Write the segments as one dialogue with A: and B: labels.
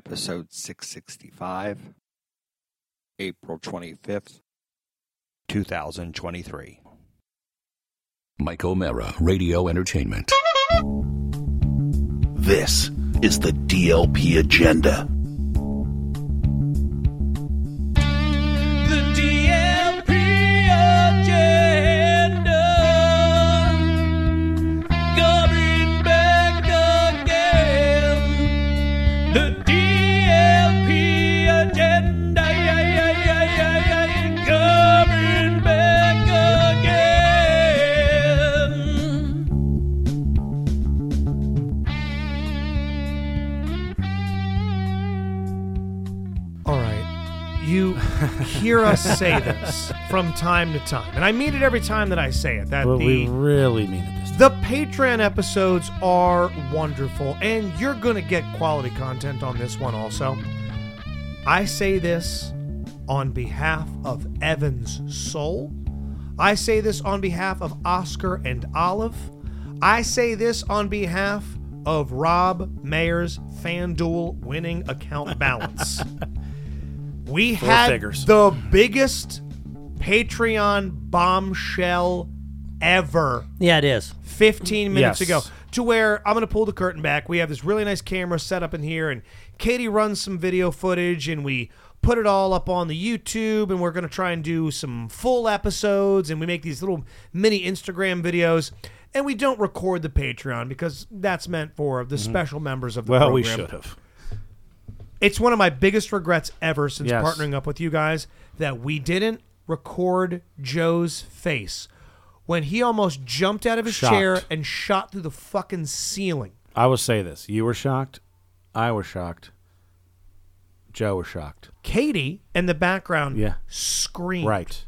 A: episode 665, April 25th, 2023.
B: Mike O'Mara, Radio Entertainment.
C: This is the DLP Agenda.
D: The DLP agenda coming back again. The DLP agenda coming back again.
E: All right. You hear us say this from time to time, and I mean it every time that I say it. That
F: But we
E: the
F: really mean it this time.
E: the Patreon episodes are wonderful, and you're gonna get quality content on this one also. I say this on behalf of Evan's soul. I say this on behalf of Oscar and Olive. I say this on behalf of Rob Mayer's FanDuel winning account balance. we had
F: figures.
E: the biggest Patreon bombshell ever
G: Yeah, it is.
E: 15 minutes
F: Yes.
E: ago to where I'm going to pull the curtain back. We have this really nice camera set up in here, and Katie runs some video footage, and we put it all up on the YouTube, and we're going to try and do some full episodes, and we make these little mini Instagram videos. And we don't record the Patreon because that's meant for the special members of the
F: Mm-hmm. Well,
E: program
F: we should have.
E: it's one of my biggest regrets ever since
F: Yes.
E: partnering up with you guys that we didn't record Joe's face when he almost jumped out of his
F: Shocked.
E: chair and shot through the fucking ceiling.
F: I will say this. You were shocked. I was shocked. Joe was shocked.
E: Katie in the background
F: Yeah.
E: screamed.
F: Right.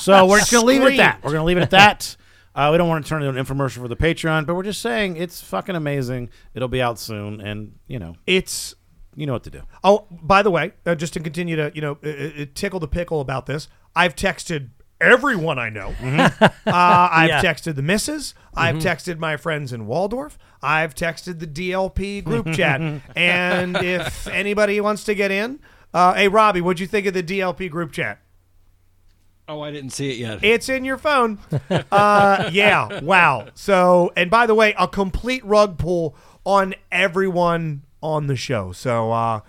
F: So we're just going to leave it at that.
E: Screamed.
F: We're going to leave it at that. Uh, we don't want to turn it into an infomercial for the Patreon, but we're just saying it's fucking amazing. It'll be out soon, and you know,
E: It's
F: you know what to do.
E: Oh, by the way, uh, just to continue to you know uh, uh, tickle the pickle about this, I've texted everyone I know.
F: Mm-hmm.
E: uh, I've
G: Yeah.
E: texted the missus. I've texted my friends in Waldorf. I've texted the DLP group chat. And if anybody wants to get in, uh, hey Robbie, what'd you think of the DLP group chat?
A: Oh, I didn't see it yet.
E: It's in your phone. Uh, yeah. Wow. So, and by the way, a complete rug pull on everyone on the show. So, uh,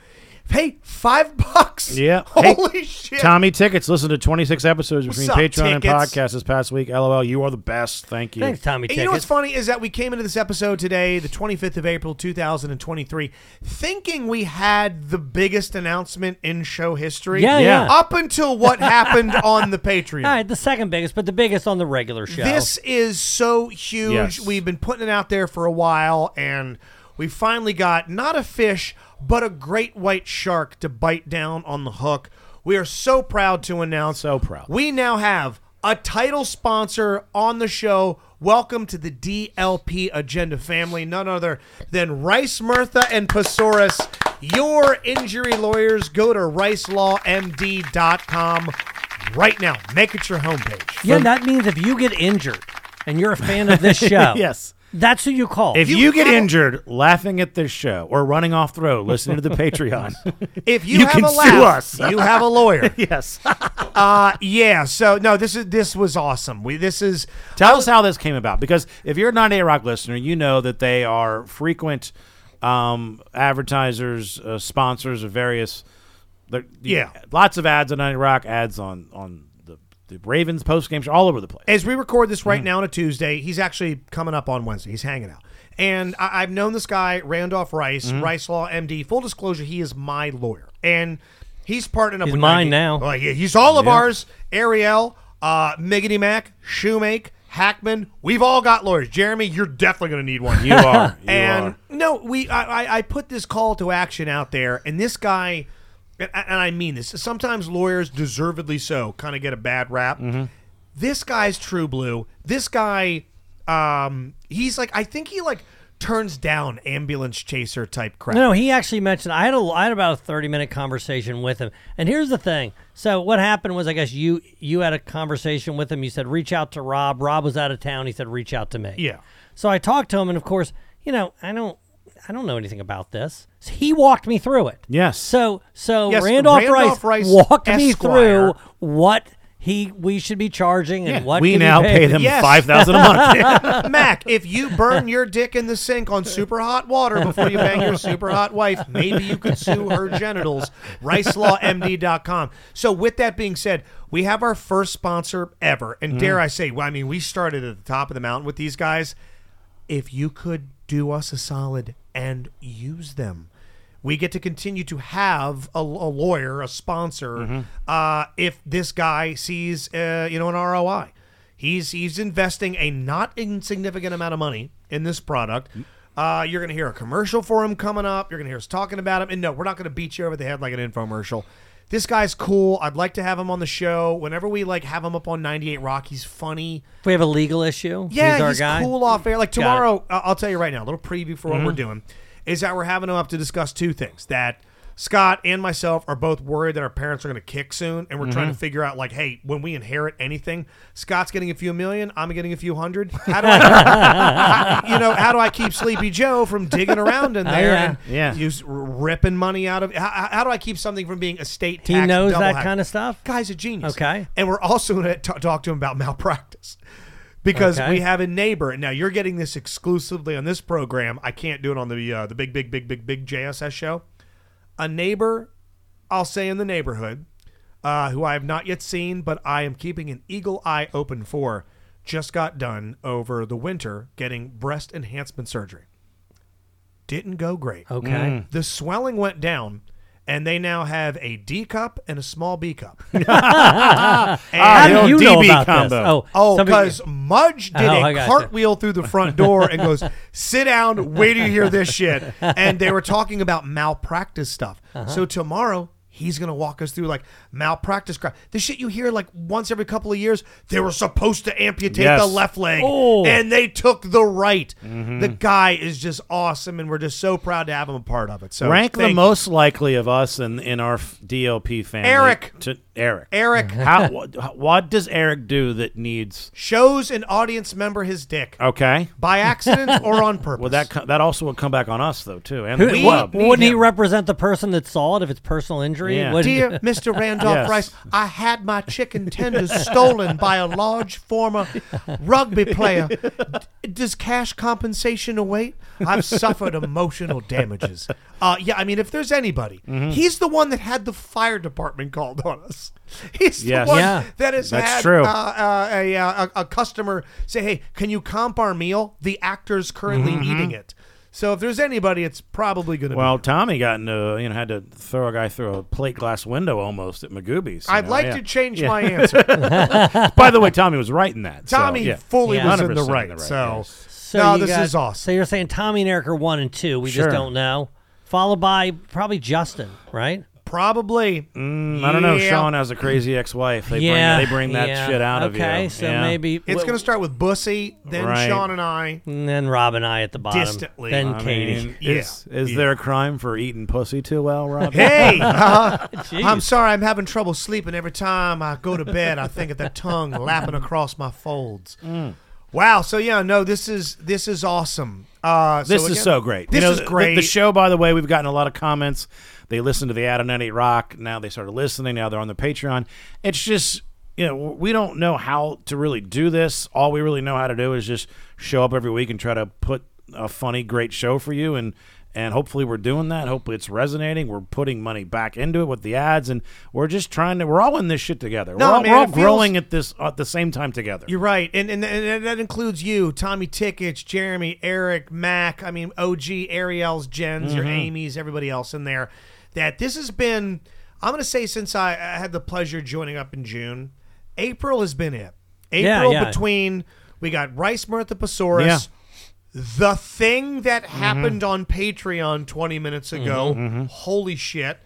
E: hey, five bucks.
F: Yeah. Hey,
E: Holy shit.
F: Tommy tickets. Listen to 26 episodes between
E: up,
F: Patreon and
E: tickets?
F: podcast this past week. LOL, you are the best. Thank you.
G: Thanks, Tommy.
E: And
G: Tickets.
E: you know what's funny is that we came into this episode today, the 25th of April, 2023, thinking we had the biggest announcement in show history.
G: Yeah,
F: Yeah.
G: yeah.
E: Up until what happened on the Patreon.
G: All right, the second biggest, but the biggest on the regular show.
E: This is so huge.
F: Yes.
E: We've been putting it out there for a while, and we finally got not a fish, but a great white shark to bite down on the hook. We are so proud to announce.
F: So proud.
E: We now have a title sponsor on the show. Welcome to the DLP Agenda family, none other than Rice Murtha and Pasaurus. Your injury lawyers go to ricelawmd.com right now. Make it your homepage.
G: yeah, that means if you get injured and you're a fan of this show,
F: Yes.
G: that's who you call.
F: If you,
E: You
F: get
E: have-
F: injured laughing at this show or running off the road listening to the Patreon,
E: If you,
F: You
E: have
F: can
E: a
F: sue
E: laugh,
F: us.
E: you have a lawyer.
F: yes.
E: Uh, yeah. So no, this is this was awesome. We this is
F: Tell us how this came about because if you're not a rock listener, you know that they are frequent um, advertisers, uh, sponsors of various. they're-
E: Yeah.
F: lots of ads on 90 Rock, ads on on the, the Ravens post game show, all over the place.
E: as we record this right now on a Tuesday. He's actually coming up on Wednesday. He's hanging out, and I, I've known this guy Randolph Rice, Rice Law MD. Full disclosure, he is my lawyer, and he's partnering up.
G: He's
E: with 90
G: mine now.
E: Oh, yeah, he's all of ours. Ariel, uh, Miggity Mac, Shoemake, Hackman. We've all got lawyers. Jeremy, you're definitely going to need one.
F: You are, you
E: and
F: are.
E: no, we I, I, I put this call to action out there, and this guy, and, and I mean this. Sometimes lawyers, deservedly so, kind of get a bad rap. This guy's true blue. This guy, um, he's like I think he like turns down ambulance chaser type crap.
G: No, he actually mentioned I had a I had about a thirty minute conversation with him. And here's the thing. So what happened was I guess you you had a conversation with him. You said reach out to Rob. Rob was out of town. He said reach out to me.
E: Yeah.
G: So I talked to him, and of course, you know, I don't I don't know anything about this. So he walked me through it.
F: Yes.
G: So so
E: Yes,
G: Randolph,
E: Randolph
G: Rice,
E: Rice
G: walked me
E: Esquire.
G: through what he we should be charging and
F: Yeah,
G: what
F: we
G: could be
F: now
G: paid.
F: pay them
E: Yes.
F: five thousand a month.
E: Mac, if you burn your dick in the sink on super hot water before you bang your super hot wife, maybe you could sue her genitals. RicelawMD.com. So, with that being said, we have our first sponsor ever. And dare I say, well, I mean, we started at the top of the mountain with these guys. If you could do us a solid and use them. We get to continue to have a, a lawyer, a sponsor, uh, if this guy sees, uh, you know, an ROI. He's he's investing a not insignificant amount of money in this product. Uh, you're going to hear a commercial for him coming up. You're going to hear us talking about him. And no, we're not going to beat you over the head like an infomercial. This guy's cool. I'd like to have him on the show. Whenever we like have him up on 98 Rock, he's funny.
G: If we have a legal issue,
E: Yeah,
G: he's our
E: he's
G: guy. Mm-hmm.
E: cool off air. Like tomorrow, I- I'll tell you right now, a little preview for what we're doing is that we're having him up to discuss two things that Scott and myself are both worried that our parents are going to kick soon, and we're
G: Mm-hmm.
E: trying to figure out like, hey, when we inherit anything, Scott's getting a few million, I'm getting a few hundred. How do I, you know, how do I keep Sleepy Joe from digging around in there
G: Oh, yeah.
E: and
F: Yeah.
E: use- ripping money out of? How, how do I keep something from being estate
G: He
E: tax?
G: knows that
E: double-hacked?
G: kind of stuff.
E: Guy's a genius.
G: Okay.
E: And we're also going to t- talk to him about malpractice because
G: Okay.
E: we have a neighbor. Now you're getting this exclusively on this program. I can't do it on the uh, the big big big big big JSS show. A neighbor, I'll say in the neighborhood, uh, who I have not yet seen, but I am keeping an eagle eye open for. Just got done over the winter getting breast enhancement surgery. Didn't go great. Mm.
G: Okay.
E: The swelling went down, and they now have a D cup and a small B cup.
G: How
F: the
G: do
F: old
G: you know
F: DB
G: about
F: combo.
G: this? Oh,
E: Oh,
G: somebody-
E: because Mudge did
G: Oh, I
E: a
G: gotcha.
E: cartwheel through the front door and goes, "Sit down, wait till you hear this shit." And they were talking about malpractice stuff.
G: Uh-huh.
E: So tomorrow he's gonna walk us through like malpractice crap. The shit you hear like once every couple of years. They were supposed to amputate
F: Yes. Mm-hmm.
E: the left leg,
G: Oh.
E: and they took the right. The guy is just awesome, and we're just so proud to have him a part of it. So
F: Rank the
E: thank
F: most likely of us in in our f- DLP family.
E: Eric.
F: To Eric.
E: Eric
F: How, what, what does Eric do that needs?
E: shows an audience member his dick
F: Okay.
E: by accident or on purpose.
F: Oh. Well, that co- that also would come back on us though too, and the
G: Who,
E: We
G: what,
F: club.
E: need
G: wouldn't he
E: him.
G: represent the person that saw it if it's personal injury?
F: Yeah.
G: Wouldn't-
E: Dear Mr. Randolph
F: Yes.
E: Rice, I had my chicken tenders stolen by a large former rugby player. D- Does cash compensation await? I've suffered emotional damages. Uh, yeah, I mean, if there's anybody,
F: Mm-hmm.
E: he's the one that had the fire department called on us. He's
F: Yes.
E: the one
G: Yeah.
E: that has
F: That's
E: had
F: true.
E: Uh, uh, a, uh, a, a customer say, hey, can you comp our meal? The actor's currently eating it. So if there's anybody, it's probably going to be.
F: Mm-hmm. Well, Tommy got into you know had to throw a guy through a plate glass window almost at Magoobies. you
E: I'd
F: know,
E: like
F: yeah.
E: to change
F: Yeah.
E: my answer.
F: By the way, Tommy was right in that. so,
E: Tommy
F: yeah.
E: fully
G: Yeah.
E: was in
F: 100%
E: the
F: in the
E: right.
F: right,
E: so,
F: yes.
G: So
E: no,
G: you
E: this
G: got-
E: is
G: So
E: awesome.
G: you're saying Tommy and Eric are one and two. We
F: Sure.
G: just don't know. Followed by probably Justin, right?
E: Probably.
F: Mm, I don't know.
E: Yeah.
F: Sean has a crazy ex-wife. They
G: yeah.
F: bring they bring that
G: yeah.
F: shit out
G: okay,
F: of you.
G: Okay, so
F: Yeah.
G: maybe
E: It's
G: wh-
E: going to start with Bussy, then
F: Right.
E: Sean and I.
G: and then Rob and I at the bottom.
E: Distantly.
G: Then
F: I
G: Katie.
F: mean,
E: Yeah.
F: is, is there a crime for eating pussy too well, Rob?
E: Hey, uh,
G: Jeez.
E: I'm sorry, I'm having trouble sleeping. Every time I go to bed, I think of the tongue lapping across my folds.
F: Mm.
E: Wow. So yeah, no, this is this is awesome. Uh,
F: This
E: so
F: is
E: again-
F: so great.
E: This
F: You know,
E: is
F: the-
E: great.
F: The, show, by the way, we've gotten a lot of comments. They listened to the Ad on 98 Rock. Now they started listening. Now they're on the Patreon. It's just, you know, we don't know how to really do this. All we really know how to do is just show up every week and try to put a funny, great show for you. And, and hopefully we're doing that. Hopefully it's resonating. We're putting money back into it with the ads, and we're just trying to. We're all in this shit together.
E: No,
F: we're all,
E: man,
F: we're all
E: it feels-
F: growing at this at the same time together.
E: You're right, and, and and that includes you, Tommy Tickets, Jeremy, Eric, Mac. I mean, OG, Ariel's, Jens, your
G: Mm-hmm.
E: Amy's, everybody else in there. That this has been. I'm gonna say since I, I had the pleasure of joining up in June, April has been it.
G: Yeah,
E: April
G: yeah.
E: between we got Rice Martha Pasaurus
F: Yeah.
E: the thing that
G: Mm-hmm.
E: happened on Patreon 20 minutes ago. Holy shit.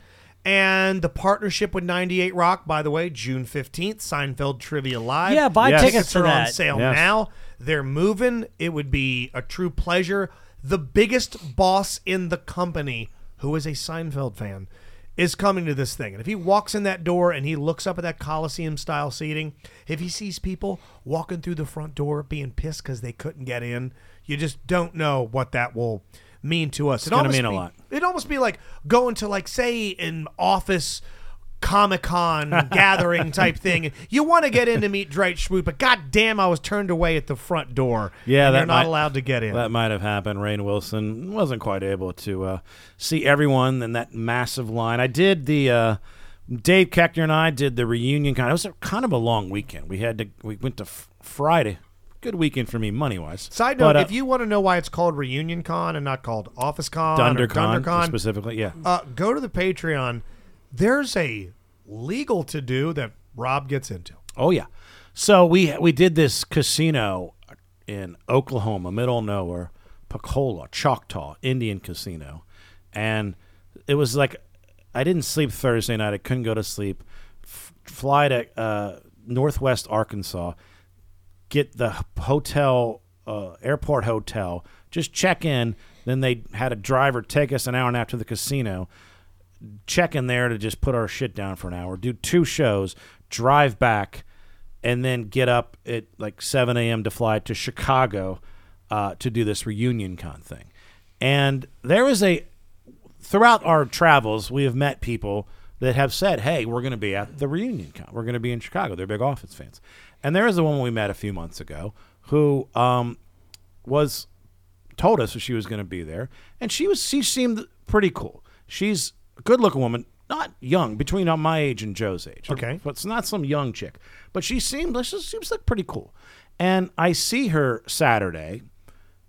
E: And the partnership with 98 Rock, by the way, June 15th, Seinfeld Trivia Live.
G: Yeah, buy
F: Yes.
G: tickets to
E: are on
G: that.
E: sale
F: Yes.
E: now. They're moving. It would be a true pleasure. The biggest boss in the company, who is a Seinfeld fan, is coming to this thing. And if he walks in that door and he looks up at that Coliseum style seating, if he sees people walking through the front door being pissed because they couldn't get in, you just don't know what that will
H: mean to us. It's
F: gonna mean a lot.
H: It'd almost be like going to like say an office Comic Con gathering type thing. You want to get in to meet Dwight Schrute, but goddamn, I was turned away at the front door.
F: Yeah,
H: and
F: that
H: they're not
F: might-
H: allowed to get in.
F: That might have happened. Rain Wilson wasn't quite able to uh, see everyone in that massive line. I did the uh, Dave Keckner and I did the reunion kind. It was a, kind of a long weekend. We had to we went to f- Friday. Good weekend for me, uh, money wise.
H: Side note: If you want to know why it's called Reunion Con and not called Office Con or
F: DunderCon,
H: DunderCon,
F: specifically, yeah,
H: uh, go to the Patreon. There's a legal to do that Rob gets into.
F: oh yeah. So we we did this casino in Oklahoma, middle of nowhere, Pacola, Choctaw Indian Casino, and it was like I didn't sleep Thursday night. I couldn't go to sleep. F- fly to uh, Northwest Arkansas. get the h- hotel, uh, airport hotel, just check in. Then they had a driver take us an hour and a half to the casino, check in there to just put our shit down for an hour, do two shows, drive back, and then get up at like 7 a.m. to fly to Chicago uh, to do this reunion con thing. And there was a throughout our travels, we have met people that have said, "Hey, we're going to be at the reunion. Con. We're going to be in Chicago. They're big Offense fans." And there is a woman we met a few months ago who um, was told us that she was going to be there, and she was she seemed pretty cool. She's a good-looking woman, not young, between uh, my age and Joe's age.
H: Okay.
F: but it's not some young chick, but she seemed she seems like pretty cool. And I see her Saturday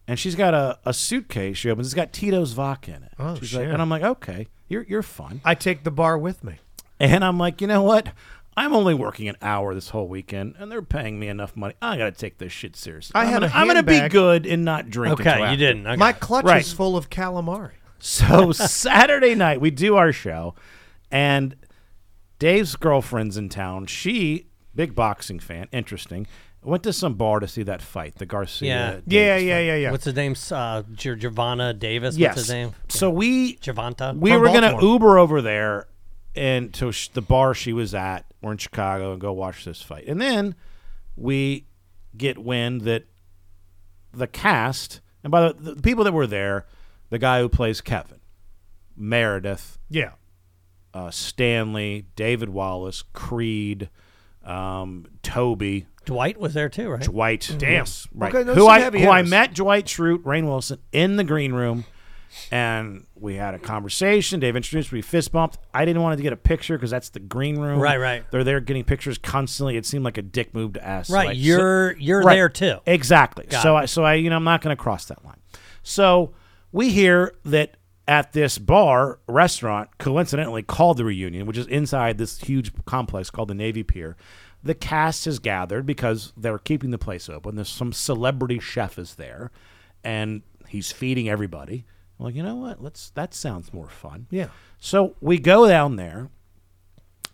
F: and she's got a, a suitcase she opens. It's got Tito's vodka in it.
H: Oh,
F: she's
H: shit.
F: Like, and I'm like, okay, you're, you're fun.
H: I take the bar with me.
F: And I'm like, you know what? I'm only working an hour this whole weekend, and they're paying me enough money. I gotta take this shit seriously.
H: I
F: I'm
H: had
F: gonna,
H: a
F: I'm gonna be
H: handbag.
F: good and not drink. until
G: Okay,
F: after.
G: you didn't. Okay.
H: My clutch
F: Right.
H: is full of calamari.
F: So Saturday night we do our show, and Dave's girlfriend's in town. She big boxing fan, interesting. Went to some bar to see that fight, the Garcia.
G: Yeah.
F: Davis
H: Yeah,
F: fight.
H: yeah, yeah, yeah.
G: What's his name? Uh, Gi- Giovanna Davis.
F: Yes.
G: What's his name?
F: So we
G: Javonta.
F: we
H: From
F: were going to
H: Baltimore.
F: Uber over there and to sh- the bar she was at. We're in Chicago and go watch this fight. And then we get wind that the cast, and by the, the people that were there, the guy who plays Kevin, Meredith,
H: yeah.
F: uh, Stanley, David Wallace, Creed, um, Toby,
G: Dwight was there too, right?
F: Dwight.
H: Damn.
F: Yes, right.
H: Mm-hmm. Okay, those
F: who
H: some
F: I
H: heavy
F: who I
H: hitters.
F: met Dwight Schrute, Rain Wilson in the green room, and we had a conversation. Dave introduced. We fist bumped. I didn't want to get a picture because that's the green room.
G: Right, right.
F: They're there getting pictures constantly. It seemed like a dick move to ask.
G: Right,
F: like, so-
G: you're- you're there, too.
F: Exactly.
G: Got
F: so
G: it.
F: I so I you know I'm not going to cross that line. So we hear that at this bar restaurant, coincidentally called the reunion, which is inside this huge complex called the Navy Pier. The cast has gathered because they're keeping the place open. There's some celebrity chef is there, and he's feeding everybody. I'm like, you know what? Let's that sounds more fun.
H: Yeah.
F: So we go down there,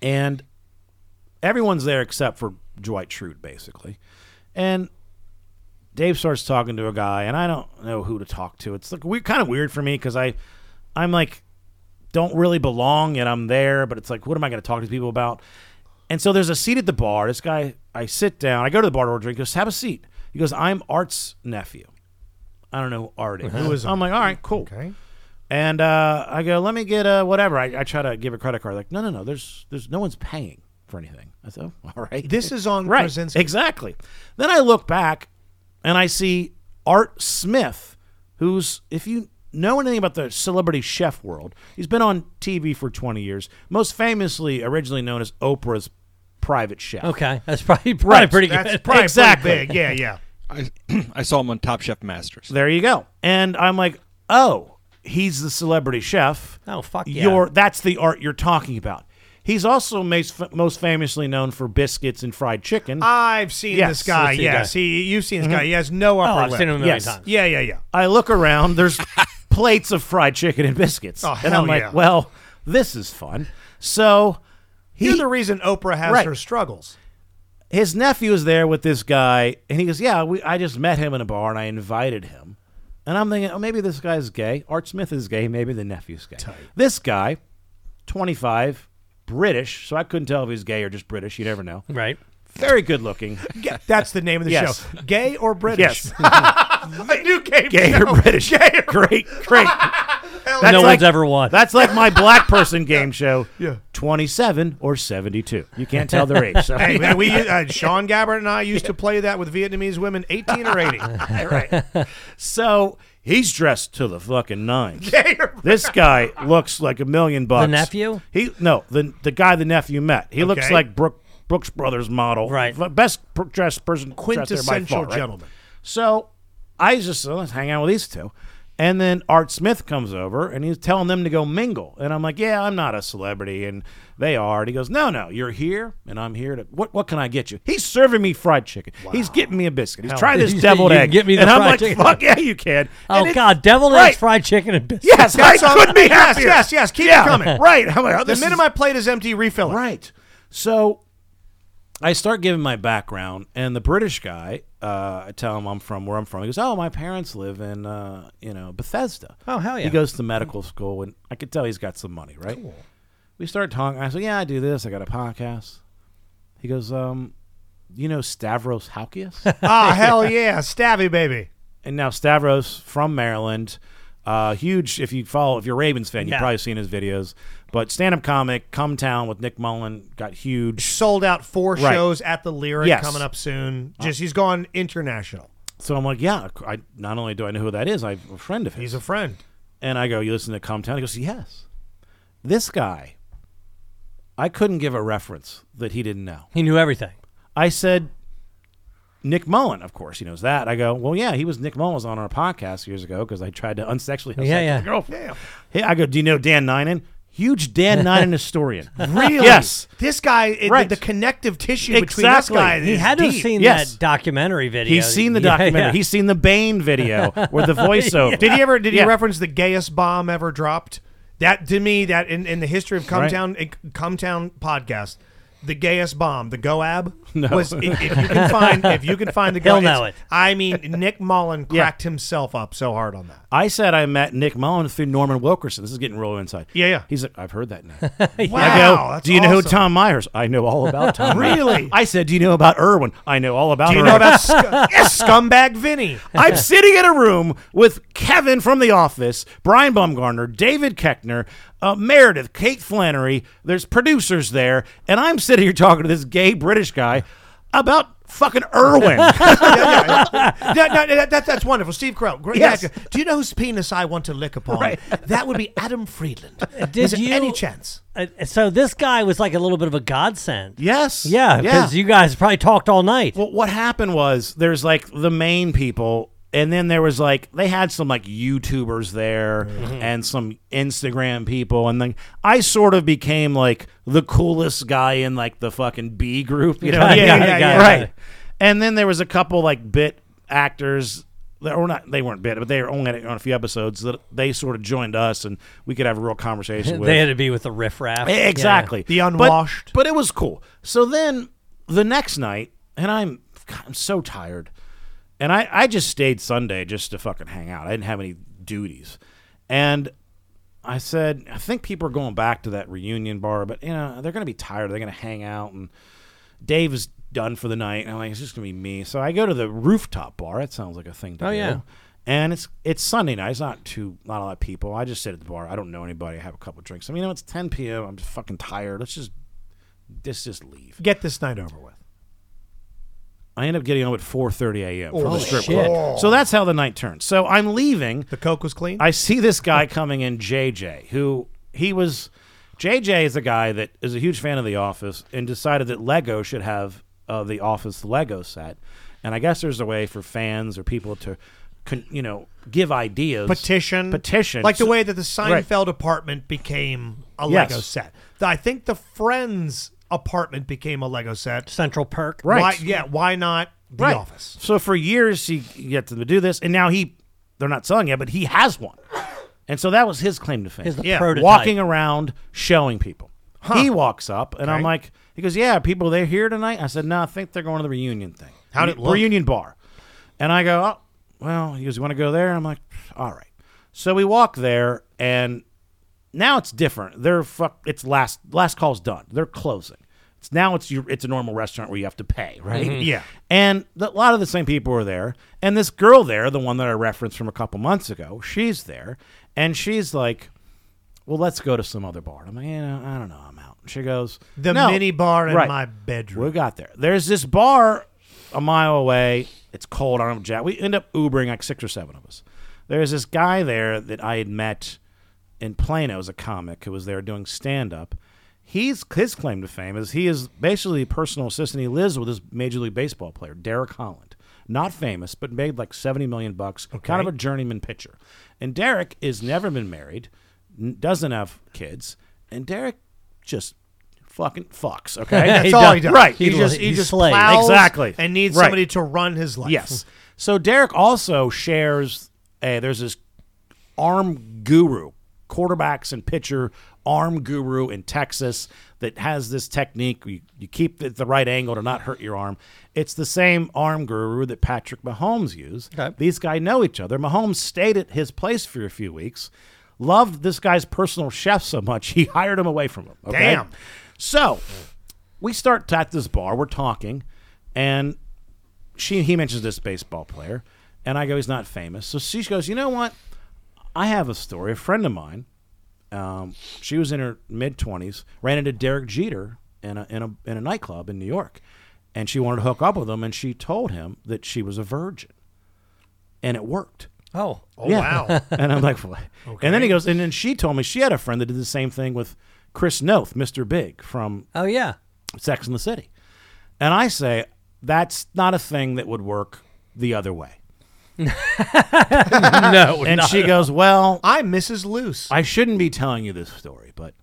F: and everyone's there except for Dwight Schrute, basically. And Dave starts talking to a guy, and I don't know who to talk to. It's like weird, kind of weird for me because I, I'm like, don't really belong, and I'm there, but it's like, what am I going to talk to people about? And so there's a seat at the bar. This guy, I sit down. I go to the bar to order a drink. He goes, have a seat. He goes, I'm Art's nephew. I don't know who Art is. Who is I'm like, all right, cool.
H: Okay.
F: And uh, I go, let me get a whatever. I, I try to give a credit card. Like, no, no, no. There's there's no one's paying for anything. I said, "Oh, all right.
H: This is on
F: right.
H: Krasinski.
F: Exactly. Then I look back, and I see Art Smith, who's if you know anything about the celebrity chef world, he's been on TV for 20 years. Most famously, originally known as Oprah's private chef.
G: Okay, that's probably, probably
F: Right,
G: pretty
H: That's
G: good.
H: probably pretty
F: Exactly.
H: big. Yeah, yeah.
A: I, I saw him on Top Chef Masters.
F: There you go. And I'm like, oh, he's the celebrity chef.
G: Oh, fuck yeah.
F: You're, that's the art you're talking about. He's also most, most famously known for biscuits and fried chicken.
H: I've seen
F: Yes,
H: this guy.
F: I've seen Mm-hmm.
H: Yeah.
F: that.
H: See, you've seen this guy. He has no upper
G: oh, I've
H: lip.
G: seen him a million
F: Yes.
G: times.
H: Yeah, yeah, yeah.
F: I look around, there's plates of fried chicken and biscuits.
H: Oh,
F: and
H: hell
F: I'm like,
H: yeah.
F: well, this is fun. So he,
H: You're the reason Oprah has
F: Right.
H: her struggles.
F: his nephew is there with this guy, and he goes, "Yeah, we, I just met him in a bar, and I invited him." And I'm thinking, "Oh, maybe this guy's gay. Art Smith is gay. Maybe the nephew's gay." This guy, 25, British, so I couldn't tell if he's gay or just British. You never know.
G: Right.
F: Very good looking.
H: That's the name of the
F: Yes.
H: show. Gay or British?
F: Yes.
E: I knew Gabe.
F: Gay or British? Great, great. That's
G: no
F: like-
G: one's ever won.
F: That's like my black person game show.
E: Yeah.
F: 27 or 72. You can't tell their age. So.
E: Hey, man, we uh, Sean Gabbard and I used to play that with Vietnamese women, eighteen or eighty.
F: right. So he's dressed to the fucking nines.
E: Gay or
F: This guy looks like a million bucks.
G: nephew?
F: He no, the the guy the nephew met. He looks
E: Okay.
F: like Brooke, Brooks Brothers model.
G: Right.
F: F- Best pr- dressed person dressed there by
E: quintessential
F: far, right?
E: gentleman.
F: So I just said, let's hang out with these two. And then Art Smith comes over and he's telling them to go mingle. And I'm like, yeah, I'm not a celebrity. And they are. And he goes, no, no, you're here and I'm here to, what What can I get you? He's serving me fried chicken. He's getting me a biscuit. He's trying this
G: You
F: deviled
G: can
F: egg.
G: get me the
F: and I'm
G: fried
F: like,
G: chicken.
F: fuck yeah, you can. And
G: oh
F: it's-
G: God, deviled
F: right.
G: eggs, fried chicken, and biscuits.
F: Yes, I
E: That's all-
F: could be
E: yes,
F: happier.
E: yes, yes. Keep it
F: Yeah,
E: coming.
F: Right. I'm like, oh,
E: The
F: this
E: minute
F: is-
E: my plate is empty, refill it.
F: Right. So I start giving my background, and the British guy, uh, I tell him I'm from where I'm from. He goes, "Oh, my parents live in, uh, you know, Bethesda."
G: Oh, hell yeah.
F: He goes to medical school, and I could tell he's got some money, right? We start talking. I said, "Yeah, I do this. I got a podcast." He goes, "Um, you know Stavros Halkias?"
E: Ah, hell yeah, Stabby baby.
F: and now Stavros from Maryland, uh, huge. If you follow, if you're a Ravens fan, you've
G: Yeah.
F: probably seen his videos. But stand-up comic, come town with Nick Mullen, got huge.
E: Sold out four
F: Right.
E: shows at the Lyric
F: Yes.
E: coming up soon. Just he's gone international.
F: So I'm like, yeah. I not only do I know who that is, I'm a friend of his.
E: He's a friend.
F: and I go, you listen to Come Town? He goes, yes. This guy, I couldn't give a reference that he didn't know.
G: He knew everything.
F: I said, Nick Mullen, of course, he knows that. I go, well, yeah, he was Nick Mullen was on our podcast years ago because I tried to unsexually harass
G: Yeah, yeah.
F: oh my girlfriend. Hey, I go, do you know Dan Ninen? Huge Dan Ninen historian.
E: Really?
F: Yes.
E: This guy, it-
F: Right.
E: the connective tissue between this
F: Exactly.
E: guy.
G: He
E: is
G: had to have
E: deep.
G: seen
F: Yes.
G: that documentary video.
F: He's seen the
G: Yeah,
F: documentary.
G: yeah.
F: He's seen the Bane video with the voiceover.
E: Did he ever? Did
F: Yeah.
E: he reference the gayest bomb ever dropped? That to me, that in, in the history of
F: Right.
E: Cometown it- Cometown podcast, the gayest bomb, the Goab, was if, if you can find if you can find the
G: He'll
E: Goab.
G: know it.
E: I mean, Nick Mullen cracked himself up so hard on that.
F: I said I met Nick Mullen through Norman Wilkerson. This is getting real inside.
E: Yeah, yeah.
F: He's like, I've heard that name.
E: Wow,
F: I go,
E: that's
F: do you know who
E: awesome.
F: Tom Myers? I know all about Tom. Myers."
E: Really?
F: I said, do you know about Irwin? I know all about.
E: Do you
F: Irwin."
E: know about sc- yes, scumbag Vinny?
F: I'm sitting in a room with Kevin from The Office, Brian Bumgarner, David Keckner, uh, Meredith, Kate Flannery. There's producers there, and I'm sitting here talking to this gay British guy about fucking Irwin.
E: yeah, yeah, yeah. No, no, that, that- that's wonderful. Steve Carell, great
F: Yes.
E: actor. Do you know whose penis I want to lick upon? That would be Adam Friedland.
G: Did
E: Is there
G: you-
E: any chance?
G: Uh, so this guy was like a little bit of a godsend.
F: yes.
G: Yeah, because you guys probably talked all night.
F: Well, what happened was there's like the main people, and then there was like they had some like YouTubers there and some Instagram people, and then I sort of became like the coolest guy in like the fucking B group, you know?
G: Got it, got it, got it, got
F: right.
G: it.
F: And then there was a couple like bit actors. That were not, they weren't bit, but they were only on a few episodes that they sort of joined us, and we could have a real conversation with.
G: they had to be with the riffraff.
F: E- Exactly.
E: The
F: But-
E: unwashed.
F: But, it was cool. So then the next night, and I'm God, I'm so tired. And I, I just stayed Sunday just to fucking hang out. I didn't have any duties. And I said, I think people are going back to that reunion bar, but you know, they're gonna be tired. They're gonna hang out and Dave is done for the night. And I'm like, it's just gonna be me. So I go to the rooftop bar. That sounds like a thing to
G: Oh,
F: do.
G: yeah.
F: And it's it's Sunday night. It's not too not a lot of people. I just sit at the bar. I don't know anybody. I have a couple drinks. I mean, you know, it's 10 p.m. I'm just fucking tired. Let's just just just leave.
E: Get this night over with.
F: I end up getting home at 4:30 a.m. from the
E: Holy
F: strip
G: shit.
F: club. So that's how the night turned. So I'm leaving.
E: The coke was clean.
F: I see this guy coming in, JJ, who he was. JJ is a guy that is a huge fan of The Office and decided that Lego should have uh, the Office Lego set. And I guess there's a way for fans or people to, con- you know, give ideas,
E: petition,
F: petition,
E: like the
F: So-
E: way that the
F: Right.
E: Seinfeld apartment became a
F: Yes.
E: Lego set. The- I think the Friends apartment became a Lego set.
G: Central Perk.
F: Right.
E: Why, yeah. Why not the
F: Right.
E: Office?
F: So for years he get to do this, and now he they're not selling it, but he has one, and so that was his claim to fame.
G: Is the
E: Yeah,
G: prototype.
F: walking around showing people. He walks up, and I'm like, he goes, "Yeah, people, they're here tonight." I said, "No, I think they're going to the reunion thing.
E: How'd it look?
F: Reunion bar." And I go, "Oh, well." He goes, "You want to go there?" I'm like, "All right." So we walk there, and now it's different. They're fuck. It's last last call's done. They're closing. It's now it's your, it's a normal restaurant where you have to pay, right?
E: Mm-hmm. Yeah.
F: And the, a lot of the same people are there. And this girl there, the one that I referenced from a couple months ago, she's there, and she's like, "Well, let's go to some other bar." I'm like, "You know, I don't know, I'm out." She goes,
E: The
F: "No."
E: mini bar in
F: Right.
E: my bedroom.
F: We got there. There's this bar a mile away. It's cold. I don't know, Jack. We end up Ubering like six or seven of us. There's this guy there that I had met in Plano as a comic who was there doing stand up. He's his claim to fame is he is basically a personal assistant. He lives with this major league baseball player, Derek Holland. Not famous, but made like seventy million bucks. Kind of a journeyman pitcher. And Derek has never been married, n- doesn't have kids, and Derek just fucking fucks. Okay,
G: He
E: That's all he does.
G: does. Right.
E: He,
G: He
E: just
G: li-
E: he
G: he
E: just
G: slays.
E: plows
F: Exactly.
E: and needs
F: Right.
E: somebody to run his life.
F: Yes. So Derek also shares a there's this arm guru, quarterbacks and pitcher arm guru in Texas that has this technique. You, you keep it at the right angle to not hurt your arm. It's the same arm guru that Patrick Mahomes used.
G: Okay.
F: These guys know each other. Mahomes stayed at his place for a few weeks. Loved this guy's personal chef so much he hired him away from him. okay?
E: Damn.
F: So we start at this bar. We're talking, and she he mentions this baseball player, and I go, he's not famous. So she goes, you know what? I have a story. A friend of mine, um, she was in her mid twenties, ran into Derek Jeter in a, in a in a nightclub in New York, and she wanted to hook up with him, and she told him that she was a virgin, and it worked.
G: Oh,
E: Oh
F: Yeah.
E: wow.
F: And I'm like, what? And then he goes, and then she told me she had a friend that did the same thing with Chris Noth, Mr. Big from
G: oh yeah.
F: Sex in the City. And I say, that's not a thing that would work the other way.
G: No,
F: And she goes, well,
E: I'm Mrs. Loose.
F: I shouldn't be telling you this story, but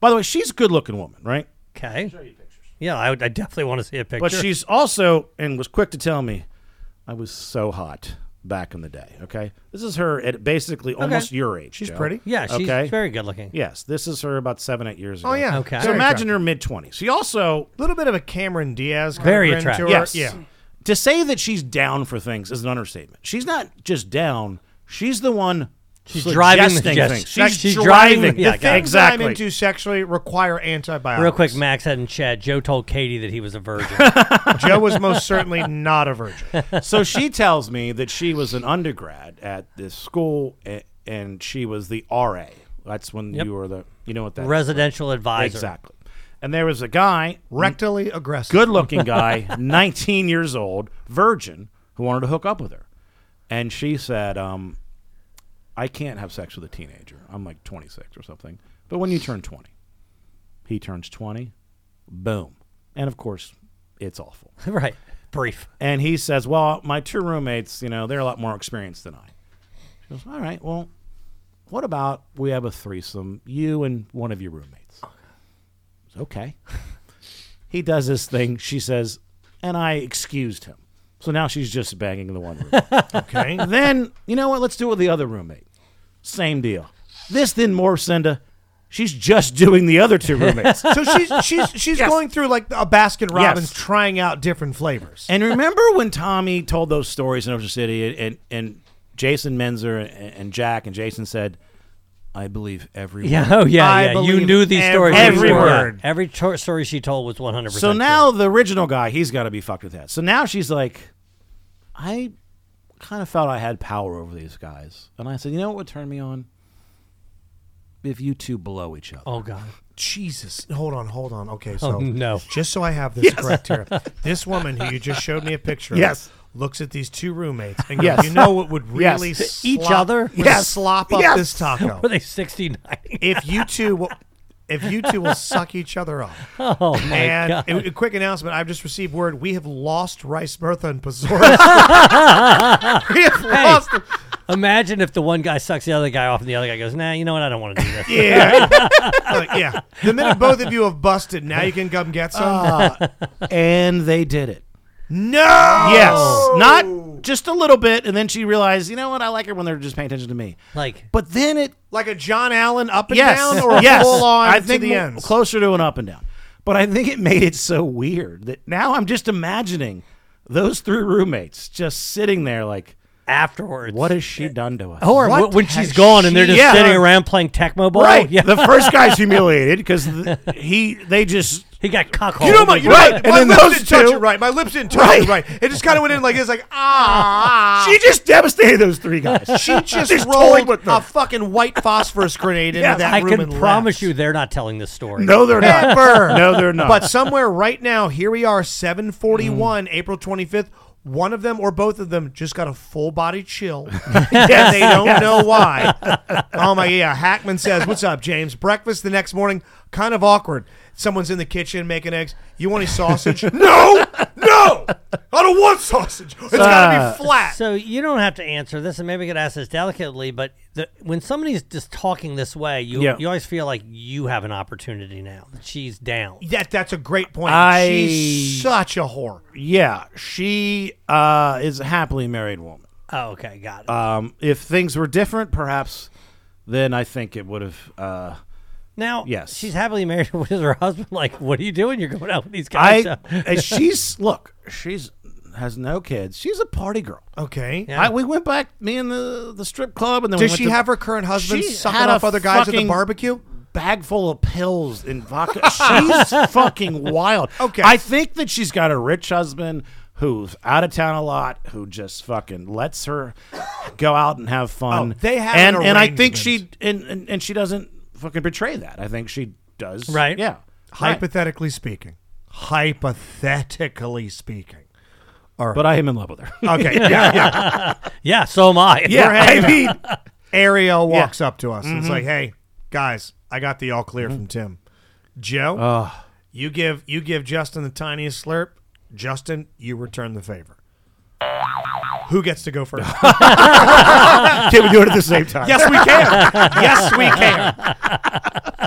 F: by the way, she's a good looking woman, right?
G: okay. Yeah, I, would, I definitely want to see a picture.
F: But she's also, and was quick to tell me, I was so hot back in the day, okay? This is her at basically almost your age. She's
E: pretty.
G: yeah, she's
F: okay.
G: very good looking.
F: Yes, this is her about seven, eight years ago.
E: oh yeah.
G: Okay.
E: Very
F: So
E: attractive.
F: imagine her mid 20s. She also
E: a little bit of a Cameron Diaz. Kind
G: Very
E: of grin to
G: attractive.
E: her.
F: Yes.
E: Yeah.
F: To say that she's down for things is an understatement. She's not just down. She's the one.
G: She's driving the
F: suggesting
G: yes.
F: things. She's,
G: She's
F: driving.
G: driving the- yeah, I
F: the
G: got
F: thing.
G: it.
F: Exactly.
E: I'm into sexually require antibiotics.
G: Real quick, Max had in chat. Joe told Katie that he was a virgin.
E: Joe was most certainly not a virgin.
F: so she tells me that she was an undergrad at this school, a- and she was the RA. That's when you were the. You know what that
G: Residential advisor.
F: Exactly. And there was a guy,
E: Rectally aggressive.
F: good looking guy, 19 years old, virgin, who wanted to hook up with her. And she said, um, I can't have sex with a teenager. I'm like 26 or something. But when you turn 20, he turns 20, boom. And of course, it's awful.
G: right. Brief.
F: And he says, Well, my two roommates, you know, they're a lot more experienced than I. She goes, All right, well, what about we have a threesome, you and one of your roommates? I said, okay. he does this thing. She says, And I excused him. So now she's just banging the one roommate.
E: Okay.
F: then, you know what? Let's do it with the other roommate. Same deal. This then morphs into she's just doing the other two roommates.
E: So she's she's she's going through like a Baskin Robbins trying out different flavors.
F: And remember when Tommy told those stories in Ocean City, and and Jason Menzer and, and Jack and Jason said, "I believe every
G: Yeah. Oh yeah.
E: I
G: yeah. You
E: believe
G: knew these stories.
F: every
G: before.
F: word.
G: Yeah, Every to- story she told was one hundred percent.
F: So now the original guy, he's got to be fucked with that. So now she's like, I kind of felt I had power over these guys, and I said, you know what would turn me on? If you two blow each other.
G: Oh god.
E: Jesus. Hold on, hold on. Okay, so
G: Oh, no.
E: Just so I have this correct here. This woman who you just showed me a picture
F: Yes.
E: of looks at these two roommates and goes,
F: Yes.
E: you know what would
F: Yes.
E: really
F: To
E: slop,
G: each other?
E: would
F: Yes.
E: slop up
F: Yes.
E: this taco.
G: Were they sixty nine?
E: if you two will, if you two will suck each other up.
G: Oh my
E: and
G: god.
E: a, a quick announcement: I've just received word we have lost Rice Bertha and Pazora. we have lost. them.
G: Imagine if the one guy sucks the other guy off, and the other guy goes, "Nah, you know what? I don't want to do this."
E: Yeah, Like, yeah. The minute both of you have busted, now you can come get some.
F: Uh, And they did it.
E: no.
F: Yes. Not just a little bit, and then she realized, you know what? I like it when they're just paying attention to me.
G: Like,
F: But then it
E: Like a John Allen up and
F: yes.
E: down, or a
F: yes.
E: full on
F: I think
E: to the
F: mo-
E: ends.
F: closer to an up and down. But I think it made it so weird that now I'm just imagining those three roommates just sitting there like
G: afterwards.
F: What has she done to
E: Oh,
F: us?
G: or
H: what
G: wh- when
H: has
G: she's gone and they're
F: she done?
G: just sitting around playing Tecmo Bowl.
F: right.
G: Yeah,
F: The first guy's humiliated because he they just
G: he got cuckolded.
E: You know my, you know
F: Right,
E: my-
F: and
E: my
F: then
E: lips
F: those
E: didn't touch
F: two-
E: it right. My lips didn't touch it right. It just kind of went in like it's like ah.
F: she just devastated those three guys.
E: She just
F: Just toyed
E: rolled
F: with
E: a
F: them.
E: fucking white phosphorus grenade into
F: Yeah,
E: that
G: I
E: room
G: can
E: and
G: promise
E: left.
G: you, they're not telling this story.
F: No, they're not.
E: Never.
F: No, they're not.
E: But somewhere right now, here we are, 741,
F: Mm.
E: April 25th. One of them or both of them just got a full body chill. and they don't know why. Oh my yeah. Hackman says, What's up, James? Breakfast the next morning, kind of awkward. Someone's in the kitchen making eggs. You want any sausage? no! No! I don't want sausage. It's
F: uh,
E: gotta be flat.
G: So you don't have to answer this, and maybe I could ask this delicately, but the, when somebody's just talking this way, you
F: Yeah.
G: you always feel like you have an opportunity now. that She's down.
E: That that's a great point.
F: I-
E: She's such a whore.
F: yeah, she uh, is a happily married woman.
G: Oh, okay, got it.
F: Um, if things were different, perhaps, then I think it would have. Uh,
G: now,
F: yes.
G: she's happily married. What is her husband like? What are you doing? You're going out with these guys.
F: I and she's look, she's has no kids. She's a party girl.
E: Okay.
G: Yeah.
F: I, we went back, me and the the strip club, and then we
E: Does
F: went
E: she
F: to-
E: have her current husband
F: She
E: sucking
F: had a
E: off other guys at the
F: fucking
E: barbecue?
F: Bag full of pills and vodka. she's fucking wild.
E: Okay.
F: I think that she's got a rich husband who's out of town a lot, who just fucking lets her go out and have fun.
E: Oh, they have
F: and
E: an
F: and I think
E: arrangement.
F: she and, and and she doesn't fucking betray that. I think she does.
G: Right.
F: Yeah. Right.
E: Hypothetically speaking. Hypothetically speaking.
F: But I am in love with her.
E: Okay. Yeah. yeah.
G: yeah, so am I.
F: yeah. Mm-hmm. I mean,
E: Ariel walks up to us and it's like, hey, guys, I got the all
F: Mm-hmm.
E: clear from Tim. Joe, you give you give Justin the tiniest slurp. Justin, you return the favor. Who gets to go first?
F: can we do it at the same time?
E: yes, we can. Yes, we can.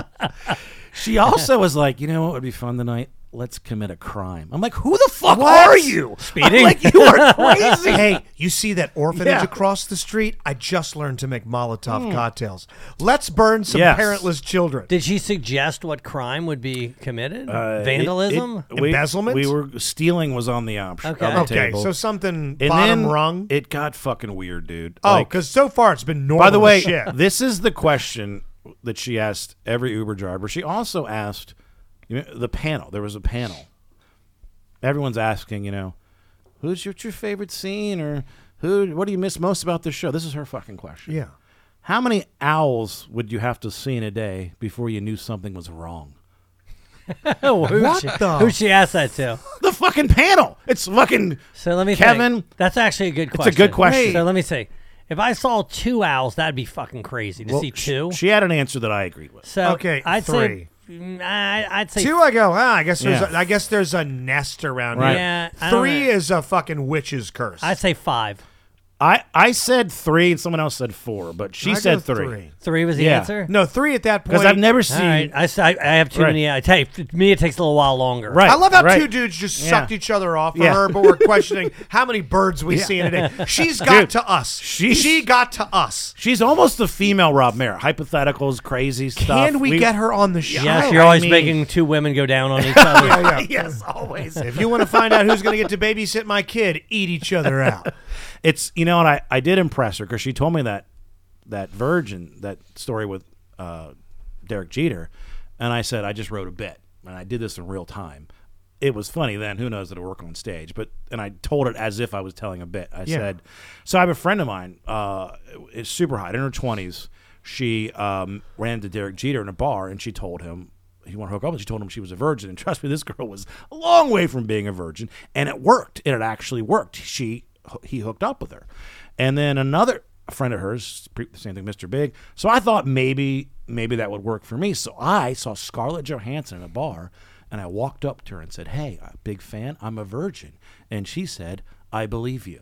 F: She also was like, you know what would be fun tonight? Let's commit a crime. I'm like, who the fuck are you? Speeding? like, you are crazy.
E: Hey, you see that orphanage
F: Yeah. Hmm.
E: across the street? I just learned to make Molotov cocktails. Let's burn some
F: Yes.
E: parentless children.
G: Did she suggest what crime would be committed? Vandalism?
F: Uh, It- it- we-
E: Embezzlement?
F: We were stealing was on the option.
G: Okay.
F: on the
G: Okay,
E: Okay,
F: table.
E: so something
F: and
E: bottom
F: then
E: rung.
F: It got fucking weird, dude.
E: oh,
F: Like,
E: because so far it's been normal.
F: by the way,
E: shit.
F: this is the question that she asked every Uber driver. She also asked you know, the panel. There was a panel. Everyone's asking, you know, who's your, what's your favorite scene or who? What do you miss most about this show? This is her fucking question.
E: yeah,
F: How many owls would you have to see in a day before you knew something was wrong?
G: what she,
E: the-
G: Who she asked that to?
F: The fucking panel. It's fucking.
G: So let me
F: Kevin.
G: think. That's actually a good
F: a
G: question.
F: good question.
G: So let me see. If I saw two owls, that'd be fucking crazy to see two.
F: She had an answer that I agreed with.
G: so
E: Okay,
G: I'd
E: three.
G: say mm, I, would say
E: two. I go. Ah, I guess there's.
F: Yeah.
E: A, I guess there's a nest around
F: Right.
G: Yeah, I
E: here.
G: don't
E: Three
G: know.
E: is a fucking witch's curse.
G: I'd say five.
F: I, I said three and someone else said four, but she
E: I go
F: said three.
E: three.
G: Three was the
F: Yeah.
G: answer.
E: No, three at that point.
F: Because I've never
G: All
F: seen.
G: right. I, s- I- I have too
F: Right.
G: many. I tell you, f- me it takes a little while longer.
F: Right.
E: I love how
F: right.
E: two dudes just
F: Yeah.
E: sucked each other off for
F: Yeah.
E: her, but we're questioning how many birds we see in a day. She's got
F: Dude,
E: to us.
F: she's-
E: she got to us.
F: She's almost the female Rob Mayer. Hypotheticals, crazy stuff.
E: Can we, get her on the show?
G: Yes, you're
E: Oh, I
G: always
E: mean-
G: making two women go down on each other.
E: Yeah, yeah.
F: Yes, always.
E: If you want to find out who's going to get to babysit my kid, eat each other out.
F: it's you know, and I, I did impress her because she told me that that Virgin that story with uh, Derek Jeter, and I said I just wrote a bit and I did this in real time. It was funny then. Who knows it'll work on stage? But and I told it as if I was telling a bit. I said, so I have a friend of mine, uh, is super hot in her twenties. She um, ran to Derek Jeter in a bar and she told him he wanted to hook up and she told him she was a virgin and trust me this girl was a long way from being a virgin and it worked and it actually worked she he hooked up with her and then another friend of hers pre- same thing mr big so i thought maybe maybe that would work for me so i saw scarlett johansson in a bar and i walked up to her and said hey I'm a big fan i'm a virgin and she said i believe you